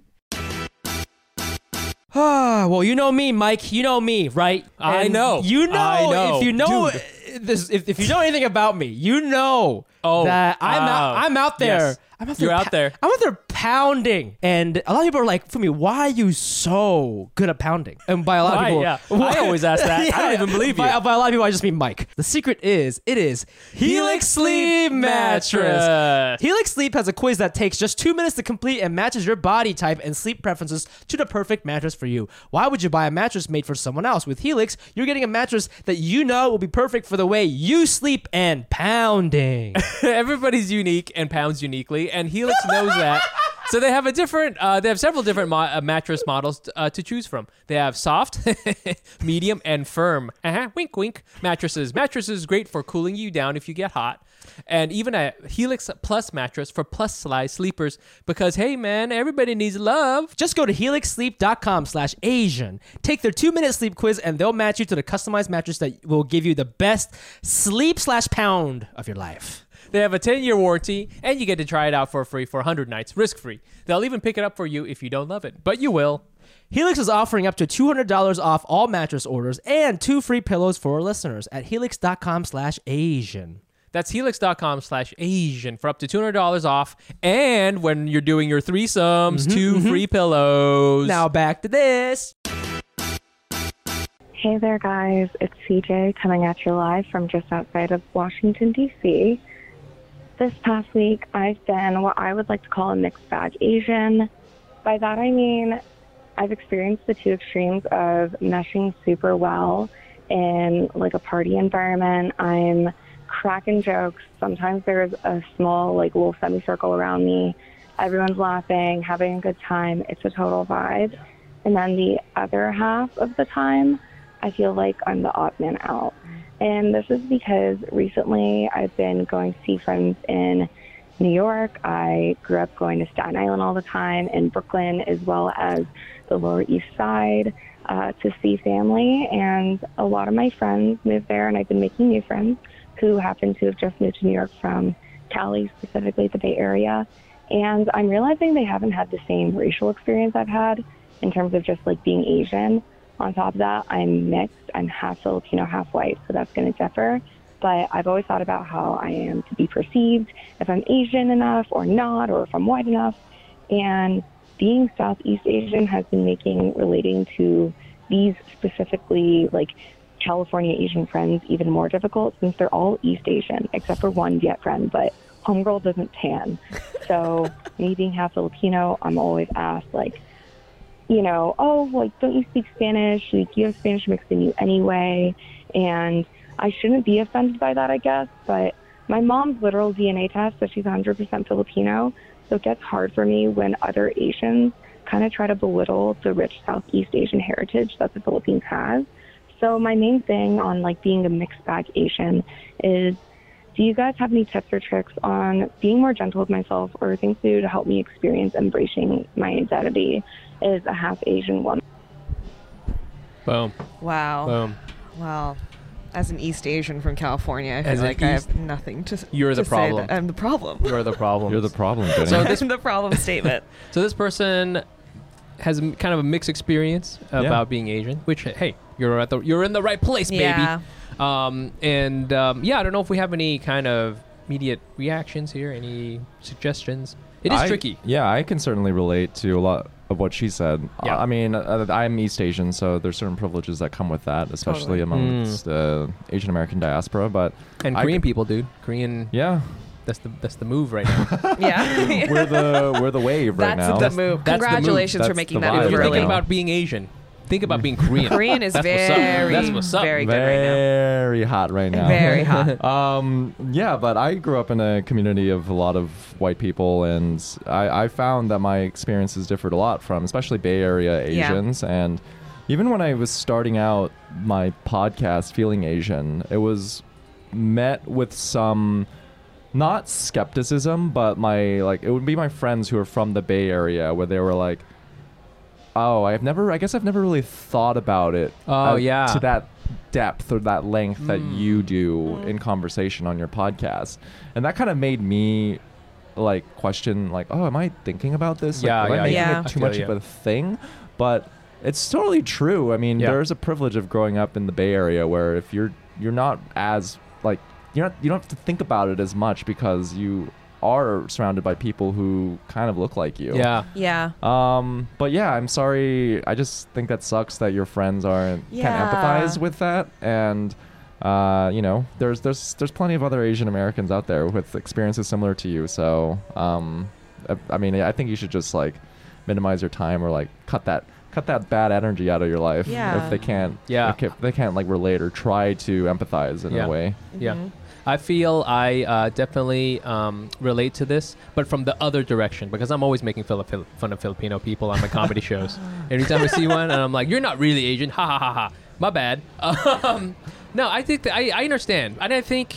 Ah, well, you know me, Mike. You know me, right?
I
And
know.
You know,
I know.
If you know
Dude.
this, if, if you know anything about me, you know
Oh,
that I'm out.
wow.
I'm out there.
Yes.
I'm out there.
You're out there.
I'm out there pounding, and a lot of people are like, "For me, why are you so good at pounding?" And by a lot of
Why?
people,
Yeah. I always ask that. I don't even believe
by,
you.
By a lot of people, I just mean Mike. The secret is, it is Helix Sleep Mattress. Helix Sleep has a quiz that takes just two minutes to complete and matches your body type and sleep preferences to the perfect mattress for you. Why would you buy a mattress made for someone else? With Helix, you're getting a mattress that you know will be perfect for the way you sleep and pounding.
Everybody's unique and pounds uniquely, and Helix knows that. So they have a different. Uh, they have several different mo- uh, mattress models uh, to choose from. They have soft, medium, and firm. Uh-huh, wink, wink. Mattresses. Mattresses great for cooling you down if you get hot. and even a Helix Plus mattress for plus size sleepers because hey man, everybody needs love.
Just go to helixsleep.com slash Asian. Take their two minute sleep quiz and they'll match you to the customized mattress that will give you the best sleep slash pound of your life.
They have a 10 year warranty and you get to try it out for free for 100 nights risk free. They'll even pick it up for you if you don't love it, but you will.
Helix is offering up to $200 off all mattress orders and two free pillows for our listeners at helix.com slash Asian.
That's helix.com slash Asian for up to $200 off. And when you're doing your threesomes,
Mm-hmm,
2 free pillows.
Now back to this.
Hey there, guys. It's CJ coming at you live from just outside of Washington, D.C. This past week, I've been what I would like to call a mixed bag Asian. By that, I mean I've experienced the two extremes of meshing super well in like a party environment. I'm cracking jokes. Sometimes there's a small like little semicircle around me. Everyone's laughing, having a good time. It's a total vibe. And then the other half of the time, I feel like I'm the odd man out. And this is because recently I've been going to see friends in New York. I grew up going to Staten Island all the time in Brooklyn, as well as the Lower East Side uh, to see family. And a lot of my friends moved there, and I've been making new friends who happen to have just moved to New York from Cali, specifically the Bay Area. And I'm realizing they haven't had the same racial experience I've had in terms of just like being Asian. On top of that, I'm mixed. I'm half Filipino, half white, so that's going to differ. But I've always thought about how I am to be perceived, if I'm Asian enough or not, or if I'm white enough. And being Southeast Asian has been making relating to these specifically like California Asian friends even more difficult since they're all East Asian, except for one Viet friend, but homegirl doesn't tan. So me being half Filipino, I'm always asked like, you know, oh, like, don't you speak Spanish? Like, you have Spanish mixed in you anyway. And I shouldn't be offended by that, I guess. But my mom's literal DNA test says she's 100% Filipino. So it gets hard for me when other Asians kind of try to belittle the rich Southeast Asian heritage that the Philippines has. So my main thing on like being a mixed bag Asian is do you guys have any tips or tricks on being more gentle with myself or things to do to help me experience embracing my identity as a half Asian woman?
Boom.
Wow.
Boom.
Well, as an East Asian from California, I feel
As an
like I
East-
have nothing to. s-
You're the
to say
problem.
that I'm the problem.
You're the problem.
You're the problem, Jenny.
So
I'm the problem statement.
So this person has m- kind of a mixed experience about being Asian, which hey, you're at the you're in the right place, baby.
Yeah.
Um, and um, yeah, I don't know if we have any kind of immediate reactions here, any suggestions. It is
I-
tricky.
Yeah, I can certainly relate to a lot of what she said.
Yeah.
I mean, uh, I'm East Asian, so there's certain privileges that come with that,
Totally.
especially amongst the Asian American diaspora. But
Hmm. And
I
Korean
c-
people, dude. Korean.
yeah,
That's the that's the move right now.
yeah.
we're the we're the wave right
That's
now.
the move.
that's the move.
Congratulations for
That's
making
the
that
vibe
if
move
you're
right
early.
thinking
now.
about being Asian, think about being Korean.
Korean is
That's what's up.
very,
That's what's up.
very good right
Very hot right
now.
now.
Very hot.
Um, yeah, but I grew up in a community of a lot of white people, and I, I found that my experiences differed a lot from, especially Bay Area
Yeah.
Asians. And even when I was starting out my podcast, Feeling Asian, it was met with some not skepticism, but my like it would be my friends who are from the Bay Area where they were like, "Oh, I've never. I guess I've never really thought about it.
Oh, yeah.
to that depth or that length that you do in conversation on your podcast, and that kind of made me like question like, oh, am I thinking about this? Like,
Yeah,
am I
yeah,
making
yeah.
it
I
too
feel
much
you.
of a thing? But it's totally true. I mean,
Yeah.
there's a privilege of growing up in the Bay Area where if you're you're not as like you're not you don't have to think about it as much because you are surrounded by people who kind of look like you.
Yeah.
Yeah.
Um, but yeah, I'm sorry. I just think that sucks that your friends aren't
Yeah.
can't empathize with that. And uh, you know, there's there's there's plenty of other Asian Americans out there with experiences similar to you. So um, I, I mean, I think you should just like minimize your time or like cut that cut that bad energy out of your life
Yeah.
if they can't
Yeah.
if ca- they can't like relate or try to empathize in
Yeah.
a way.
Mm-hmm.
Yeah. I feel I uh, definitely um, relate to this, but from the other direction because I'm always making Fili- Fili- fun of Filipino people on my comedy shows. Every time I see one, and I'm like, "You're not really Asian." Ha ha ha ha. My bad. Um, no, I think that I, I understand, and I think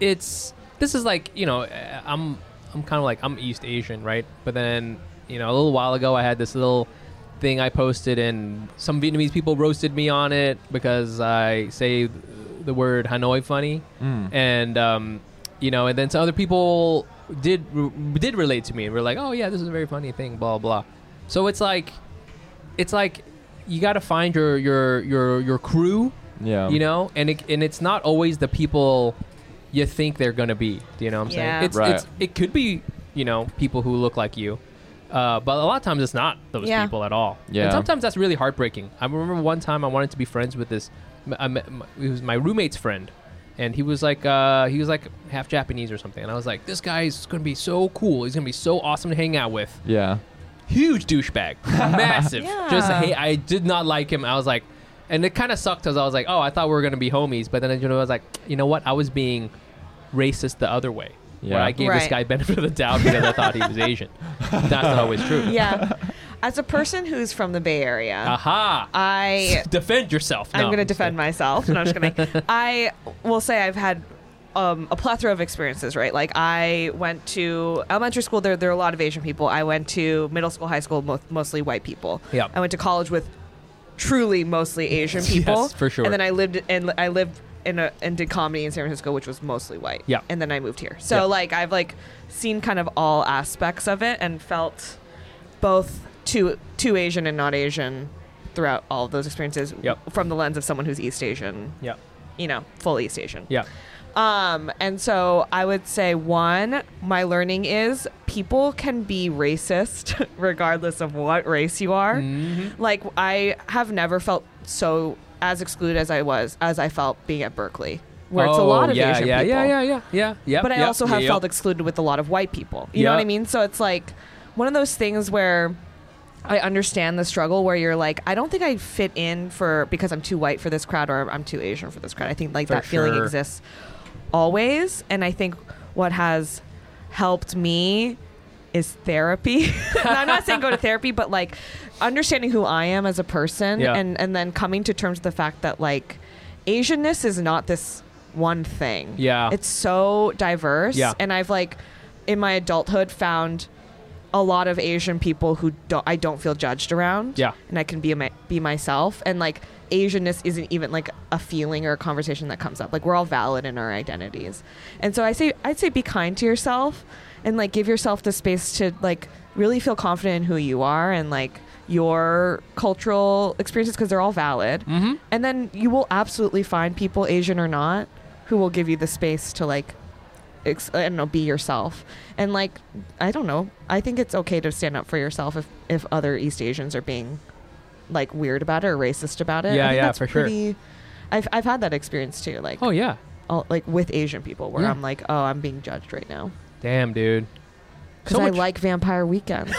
it's this is like you know uh, I'm I'm kind of like I'm East Asian, right? But then you know a little while ago I had this little thing I posted and some Vietnamese people roasted me on it because I say the word Hanoi funny, and um, you know, and then some other people did did relate to me and were like, oh yeah, this is a very funny thing, blah blah. So it's like it's like you got to find your your your your crew
Yeah.
you know and it, and it's not always the people you think they're gonna be do you know what i'm
Yeah.
saying it's,
Right.
it's it could be you know people who look like you uh, but a lot of times it's not those
Yeah.
people at all
Yeah.
and sometimes that's really heartbreaking i remember one time i wanted to be friends with this m- I met- m- it was my roommate's friend and he was like uh, he was like half japanese or something and i was like this guy is gonna be so cool he's gonna be so awesome to hang out with
Yeah.
huge douchebag, massive.
Yeah.
Just hey, I did not like him. I was like, and it kind of sucked because I was like, oh, I thought we were gonna be homies, but then you know I was like, you know what? I was being racist the other way. Where
Yeah.
I gave this
Right.
guy benefit of the doubt because I thought he was Asian. That's not always true.
yeah. As a person who's from the Bay Area,
Ah. Aha.
I
defend yourself.
I'm
No,
going to
just
defend
kidding.
myself. No, I'm just gonna. I will say I've had um, a plethora of experiences. Right, like I went to elementary school. There, there are a lot of Asian people. I went to middle school, high school, mo- mostly white people.
Yep.
I went to college with truly mostly Asian people.
Yes, for sure.
And then I lived and I lived in a, and did comedy in San Francisco, which was mostly white.
Yeah.
And then I moved here. So
Yeah.
like I've like seen kind of all aspects of it and felt both to to Asian and not Asian throughout all of those experiences
Yep.
from the lens of someone who's East Asian,
Yeah.
you know, full East Asian.
Yeah.
Um, and so I would say one, my learning is people can be racist regardless of what race you are.
Mm-hmm.
Like I have never felt so as excluded as I was as I felt being at Berkeley, where it's a
Oh,
lot of
yeah,
Asian
yeah,
people.
Yeah, yeah, yeah, yeah, yeah.
But I
yep,
also have
yep.
felt excluded with a lot of white people. You know
Yeah.
what I mean? So it's like one of those things where I understand the struggle where you're like, I don't think I fit in for because I'm too white for this crowd or I'm too Asian for this crowd. I think like
For
that feeling
sure.
exists always. And I think what has helped me is therapy. And I'm not saying go to therapy, but like understanding who I am as a person
Yeah.
and, and then coming to terms with the fact that like Asianness is not this one thing.
Yeah.
It's so diverse.
Yeah.
And I've like in my adulthood found a lot of Asian people who don't I don't feel judged around.
Yeah.
And I can be my, be myself and like Asianness isn't even like a feeling or a conversation that comes up. Like we're all valid in our identities. And so I say I'd say be kind to yourself and like give yourself the space to like really feel confident in who you are and like your cultural experiences because they're all valid. Mm-hmm. And then you will absolutely find people Asian or not who will give you the space to like ex- I don't know, be yourself. And like, I don't know. I think it's okay to stand up for yourself if if other East Asians are being like weird about it or racist about it.
Yeah,
I think
yeah,
that's
for sure.
pretty, sure. I've I've had that experience too. Like,
Oh yeah.
all, like with Asian people, where
Yeah.
I'm like, oh, I'm being judged right now
Damn, dude.
because
So
I
much-
like Vampire Weekend.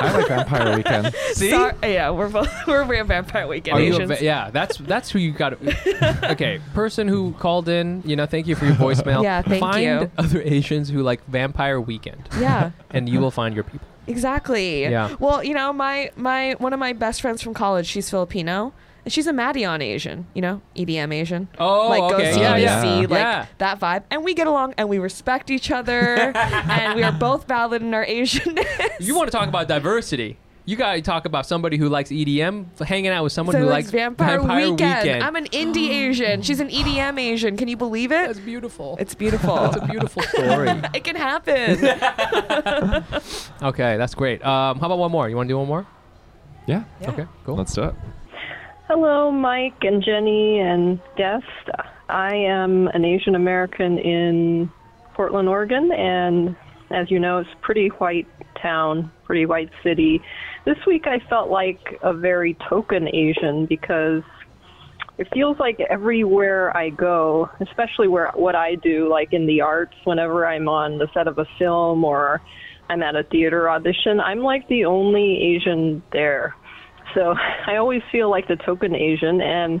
I like Vampire Weekend.
See.
Sorry- yeah, we're both we're we're Vampire Weekend
Are you a
Asians.
va- yeah, that's that's who you got. okay, person who called in, you know, thank you for your voicemail.
Yeah, thank
find
you.
other Asians who like Vampire Weekend,
yeah.
and you will find your people.
Exactly.
Yeah.
Well, you know, my my one of my best friends from college, she's Filipino. And she's a Maddion Asian, you know, EDM Asian.
Oh,
like
okay.
goes to
Yeah,
EDC,
yeah.
like
Yeah.
that vibe. And we get along and we respect each other and we are both valid in our Asianness.
You want to talk about diversity? You got to talk about somebody who likes EDM, f- hanging out with someone
so
who
it's
likes
Vampire, Weekend. I'm an indie Asian. She's an EDM Asian. Can you believe
that's
it?
beautiful.
It's beautiful.
That's a beautiful story.
it can happen.
okay, that's great. Um, how about one more? You want to do one more?
Yeah.
Okay, cool.
Let's do it.
Hello, Mike and Jenny and guest. I am an Asian American in Portland, Oregon, and as you know, it's a pretty white town, pretty white city. This week I felt like a very token Asian because it feels like everywhere I go, especially where what I do, like in the arts, whenever I'm on the set of a film or I'm at a theater audition, I'm like the only Asian there. So I always feel like the token Asian. And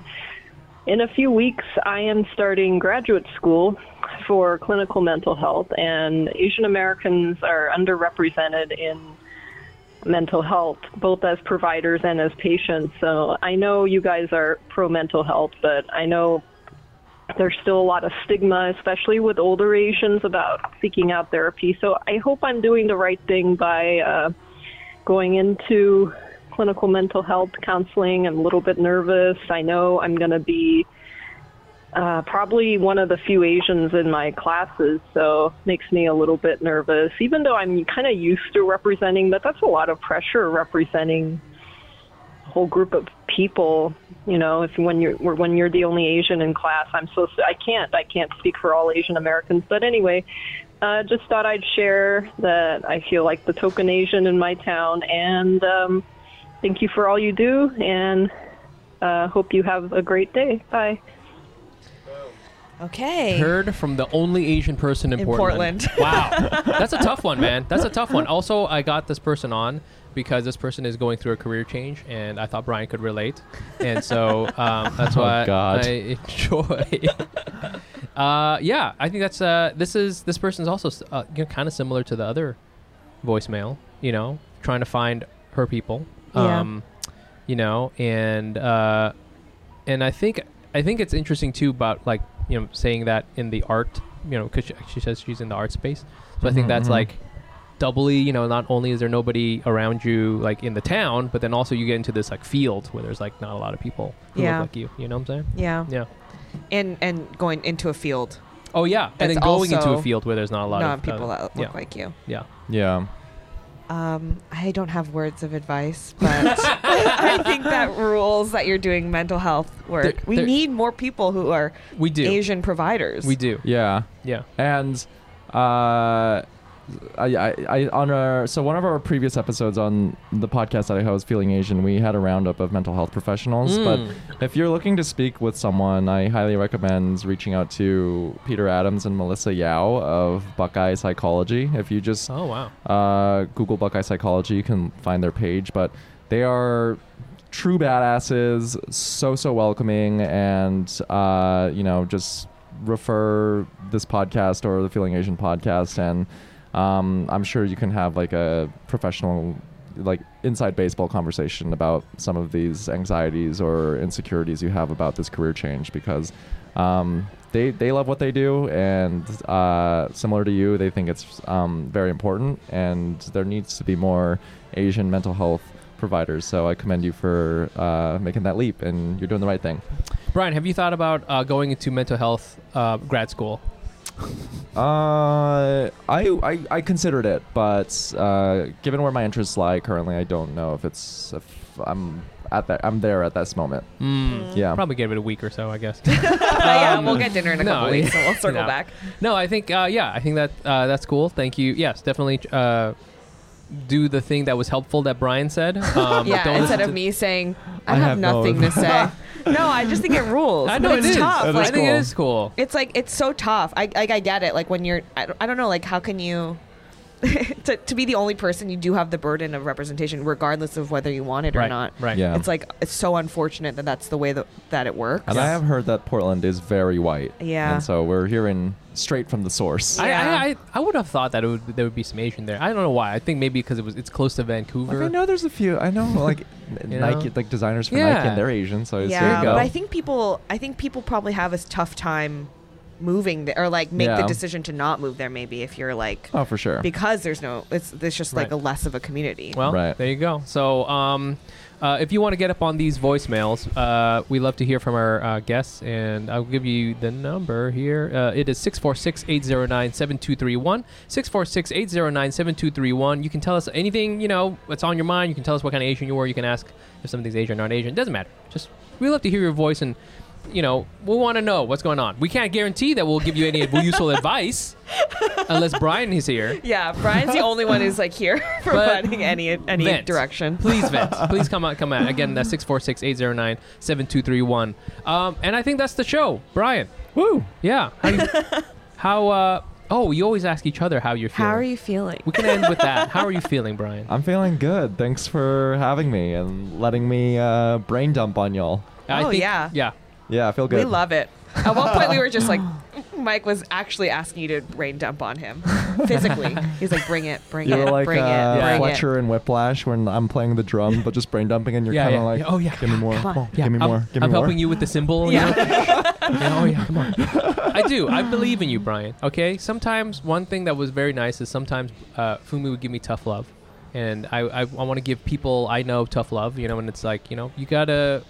in a few weeks, I am starting graduate school for clinical mental health, and Asian Americans are underrepresented in mental health, both as providers and as patients. So I know you guys are pro mental health, but I know there's still a lot of stigma, especially with older Asians, about seeking out therapy. So I hope I'm doing the right thing by uh, going into clinical mental health counseling. I'm a little bit nervous. I know I'm going to be uh, probably one of the few Asians in my classes, so makes me a little bit nervous. Even though I'm kind of used to representing, but that's a lot of pressure representing a whole group of people. You know, if when you're when you're the only Asian in class, I'm so I can't I can't speak for all Asian Americans. But anyway, uh, just thought I'd share that I feel like the token Asian in my town, and um, thank you for all you do, and uh, hope you have a great day. Bye.
Okay.
Heard from the only Asian person in,
In
Portland.
Portland.
wow, that's a tough one, man. That's a tough one. Also, I got this person on because this person is going through a career change, and I thought Brian could relate, and so um, that's
Oh,
why
God.
I enjoy. uh, yeah, I think that's uh, this is this person's also s- uh, you know, kind of similar to the other voicemail. You know, trying to find her people.
Yeah.
Um, you know, and uh, and I think I think it's interesting too about like you know saying that in the art you know because she, she says she's in the art space so I think
Mhm,
that's
mhm.
like doubly you know not only is there nobody around you like in the town but then also you get into this like field where there's like not a lot of people who
Yeah.
look like you you know what I'm saying
yeah.
yeah
And and going into a field,
oh yeah and
That's
then going into a
also
field where there's not a lot
not
of
people
uh,
that
yeah
look like you.
yeah
Yeah.
Um, I don't have words of advice, but I think that rules that you're doing mental health work.
There-
we
there-
need more people who are
we do
Asian providers.
we do
Yeah.
yeah
And uh, I, I, I on our so one of our previous episodes on the podcast that I host, Feeling Asian, we had a roundup of mental health professionals.
Mm.
But if you're looking to speak with someone, I highly recommend reaching out to Peter Adams and Melissa Yao of Buckeye Psychology. If you just
oh wow
uh, Google Buckeye Psychology. You can find their page, but they are true badasses, so so welcoming, and uh, you know just refer this podcast or the Feeling Asian podcast, and um, I'm sure you can have like a professional like inside baseball conversation about some of these anxieties or insecurities you have about this career change because um, they they love what they do and uh, similar to you they think it's um, very important and there needs to be more Asian mental health providers so I commend you for uh, making that leap and you're doing the right thing
Brian have you thought about uh, going into mental health uh, grad school
uh, I, I I considered it but uh, given where my interests lie currently I don't know if it's if I'm at that I'm there at this moment
mm.
yeah
probably give it a week or so I guess
Oh, yeah,
Um,
we'll get dinner in a
no,
couple
yeah.
weeks, and we'll circle
No.
back.
No, I think uh, yeah, I think that uh, that's cool. Thank you. Yes, definitely uh, do the thing that was helpful that Brian said. Um,
yeah,
don't listen
instead of
to-
me saying I,
I
have,
have no-
nothing to say. no, I just think it rules.
I know
But
it
it's
is.
tough.
That
I
like,
is
think it
cool.
is cool.
It's like it's so tough. I like I get it. Like when you're, I don't, I don't know. Like how can you? to, to be the only person you do have the burden of representation regardless of whether you want it
right.
or not
Right.
yeah
it's like it's so unfortunate that that's the way that, that it works
And I have heard that Portland is very white.
Yeah.
And so we're hearing straight from the source.
I,
Yeah.
I, I, I would have thought that it would there would be some Asian there. I don't know why. I think maybe because it was it's close to Vancouver.
Like, I know there's a few. I know like
You
Nike,
know?
like designers for
Yeah.
Nike, and they're Asian. So I assume-
yeah
you
but
go.
i think people i think people probably have a tough time moving there or like make
Yeah.
the decision to not move there maybe if you're like
Oh, for sure.
because there's no it's there's just like
Right.
a less of a community
Well,
Right.
there you go. So, um, uh, if you want to get up on these voicemails, uh, we love to hear from our uh, guests, and I'll give you the number here. Uh, it is 646 809 7231. 646 809 7231. You can tell us anything, you know, that's on your mind. You can tell us what kind of Asian you are. You can ask if something's Asian or not Asian. doesn't matter. Just, we love to hear your voice and. You know, we want to know what's going on. We can't guarantee that we'll give you any useful advice unless Brian is here.
yeah brian's the only one who's like here providing any any
Vent.
direction
Please vent. Please come out. Come out. Again, that's 646-809-7231. Um, and I think that's the show. Brian.
Woo!
Yeah. How, you, how uh oh, you always ask each other how you're feeling.
feeling
We can end with that. How are you feeling, Brian?
I'm feeling good. Thanks for having me and letting me uh, brain dump on y'all.
I
Oh,
think,
yeah.
Yeah.
Yeah, I feel good.
we love it At one point, we were just like, Mike was actually asking you to rain dump on him physically. He's like, bring it, bring
You
it,
were like
bring
uh,
it, bring
Fletcher and Whiplash when I'm playing the drum, but just brain dumping, and you're
Yeah,
kind
yeah.
of like,
Yeah, oh, yeah.
give me more,
Come on.
come on,
Yeah,
give me
I'm,
more, give me
I'm
more.
helping you with the symbol.
it.
you know?
Yeah.
Yeah, oh yeah, come on. I do. I believe in you, Brian. Okay. Sometimes one thing that was very nice is sometimes uh, Fumi would give me tough love, and I I, I want to give people I know tough love. You know, and it's like you know you gotta.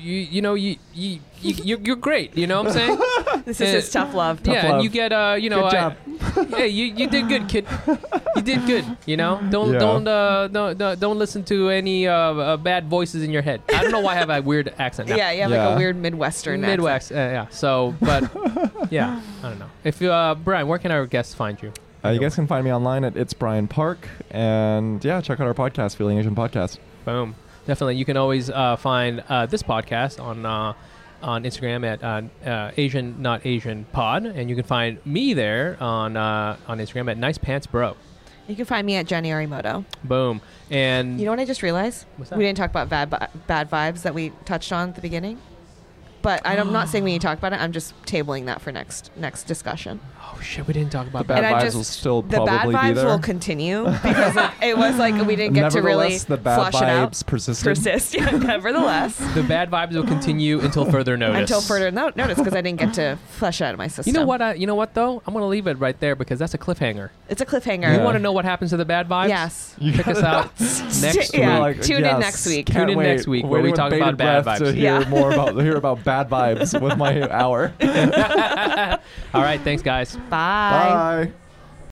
You, you know you you, you you're, you're great you know what I'm saying
This is his tough love.
yeah and
love.
you get uh you know
Good
I-
job.
yeah you, you did good kid you did good you know don't
Yeah.
don't uh don't, don't don't listen to any uh, uh bad voices in your head I don't know why I have a weird accent now.
Yeah, you have like
Yeah.
a weird Midwestern accent.
Midwest, uh, yeah. So, but yeah, I don't know. If you, uh, Brian, where can our guests find you?
Uh, you guys can find me online at it's Brian Park, and yeah, check out our podcast, Feeling Asian Podcast.
Boom, definitely. You can always uh, find uh, this podcast on uh, on Instagram at uh, uh, Asian Not Asian Pod, and you can find me there on uh, on Instagram at Nice Pants Bro.
You can find me at Jenny Arimoto.
Boom, and
You know what I just realized?
What's that?
We didn't talk about bad, vi- bad vibes that we touched on at the beginning. But I don't- I'm not saying we need to talk about it. I'm just tabling that for next next discussion.
oh shit, we didn't talk
The
about
bad
And I
vibes
just-
will still
the bad
probably be
vibes
there.
will continue because it, it was like we didn't get to really
Nevertheless, the bad
flush it out.
vibes persisted.
Persist, yeah, nevertheless,
The bad vibes will continue until further notice.
until further no- notice because I didn't get to flush it out of my
You
system.
know what? I, you know what though? I'm gonna leave it right there because that's a cliffhanger.
It's a cliffhanger.
Yeah.
You want to know what happens to the bad vibes?
Yes.
You
Check us out next
Yeah.
week.
Like,
Tune in
yes,
next week.
can't
Tune in
wait.
next week where
Waiting
we
with
talk
bated
about bad
breath
vibes.
To hear
Yeah.
more about hear about bad vibes with my hour.
All right, thanks guys.
Bye.
Bye.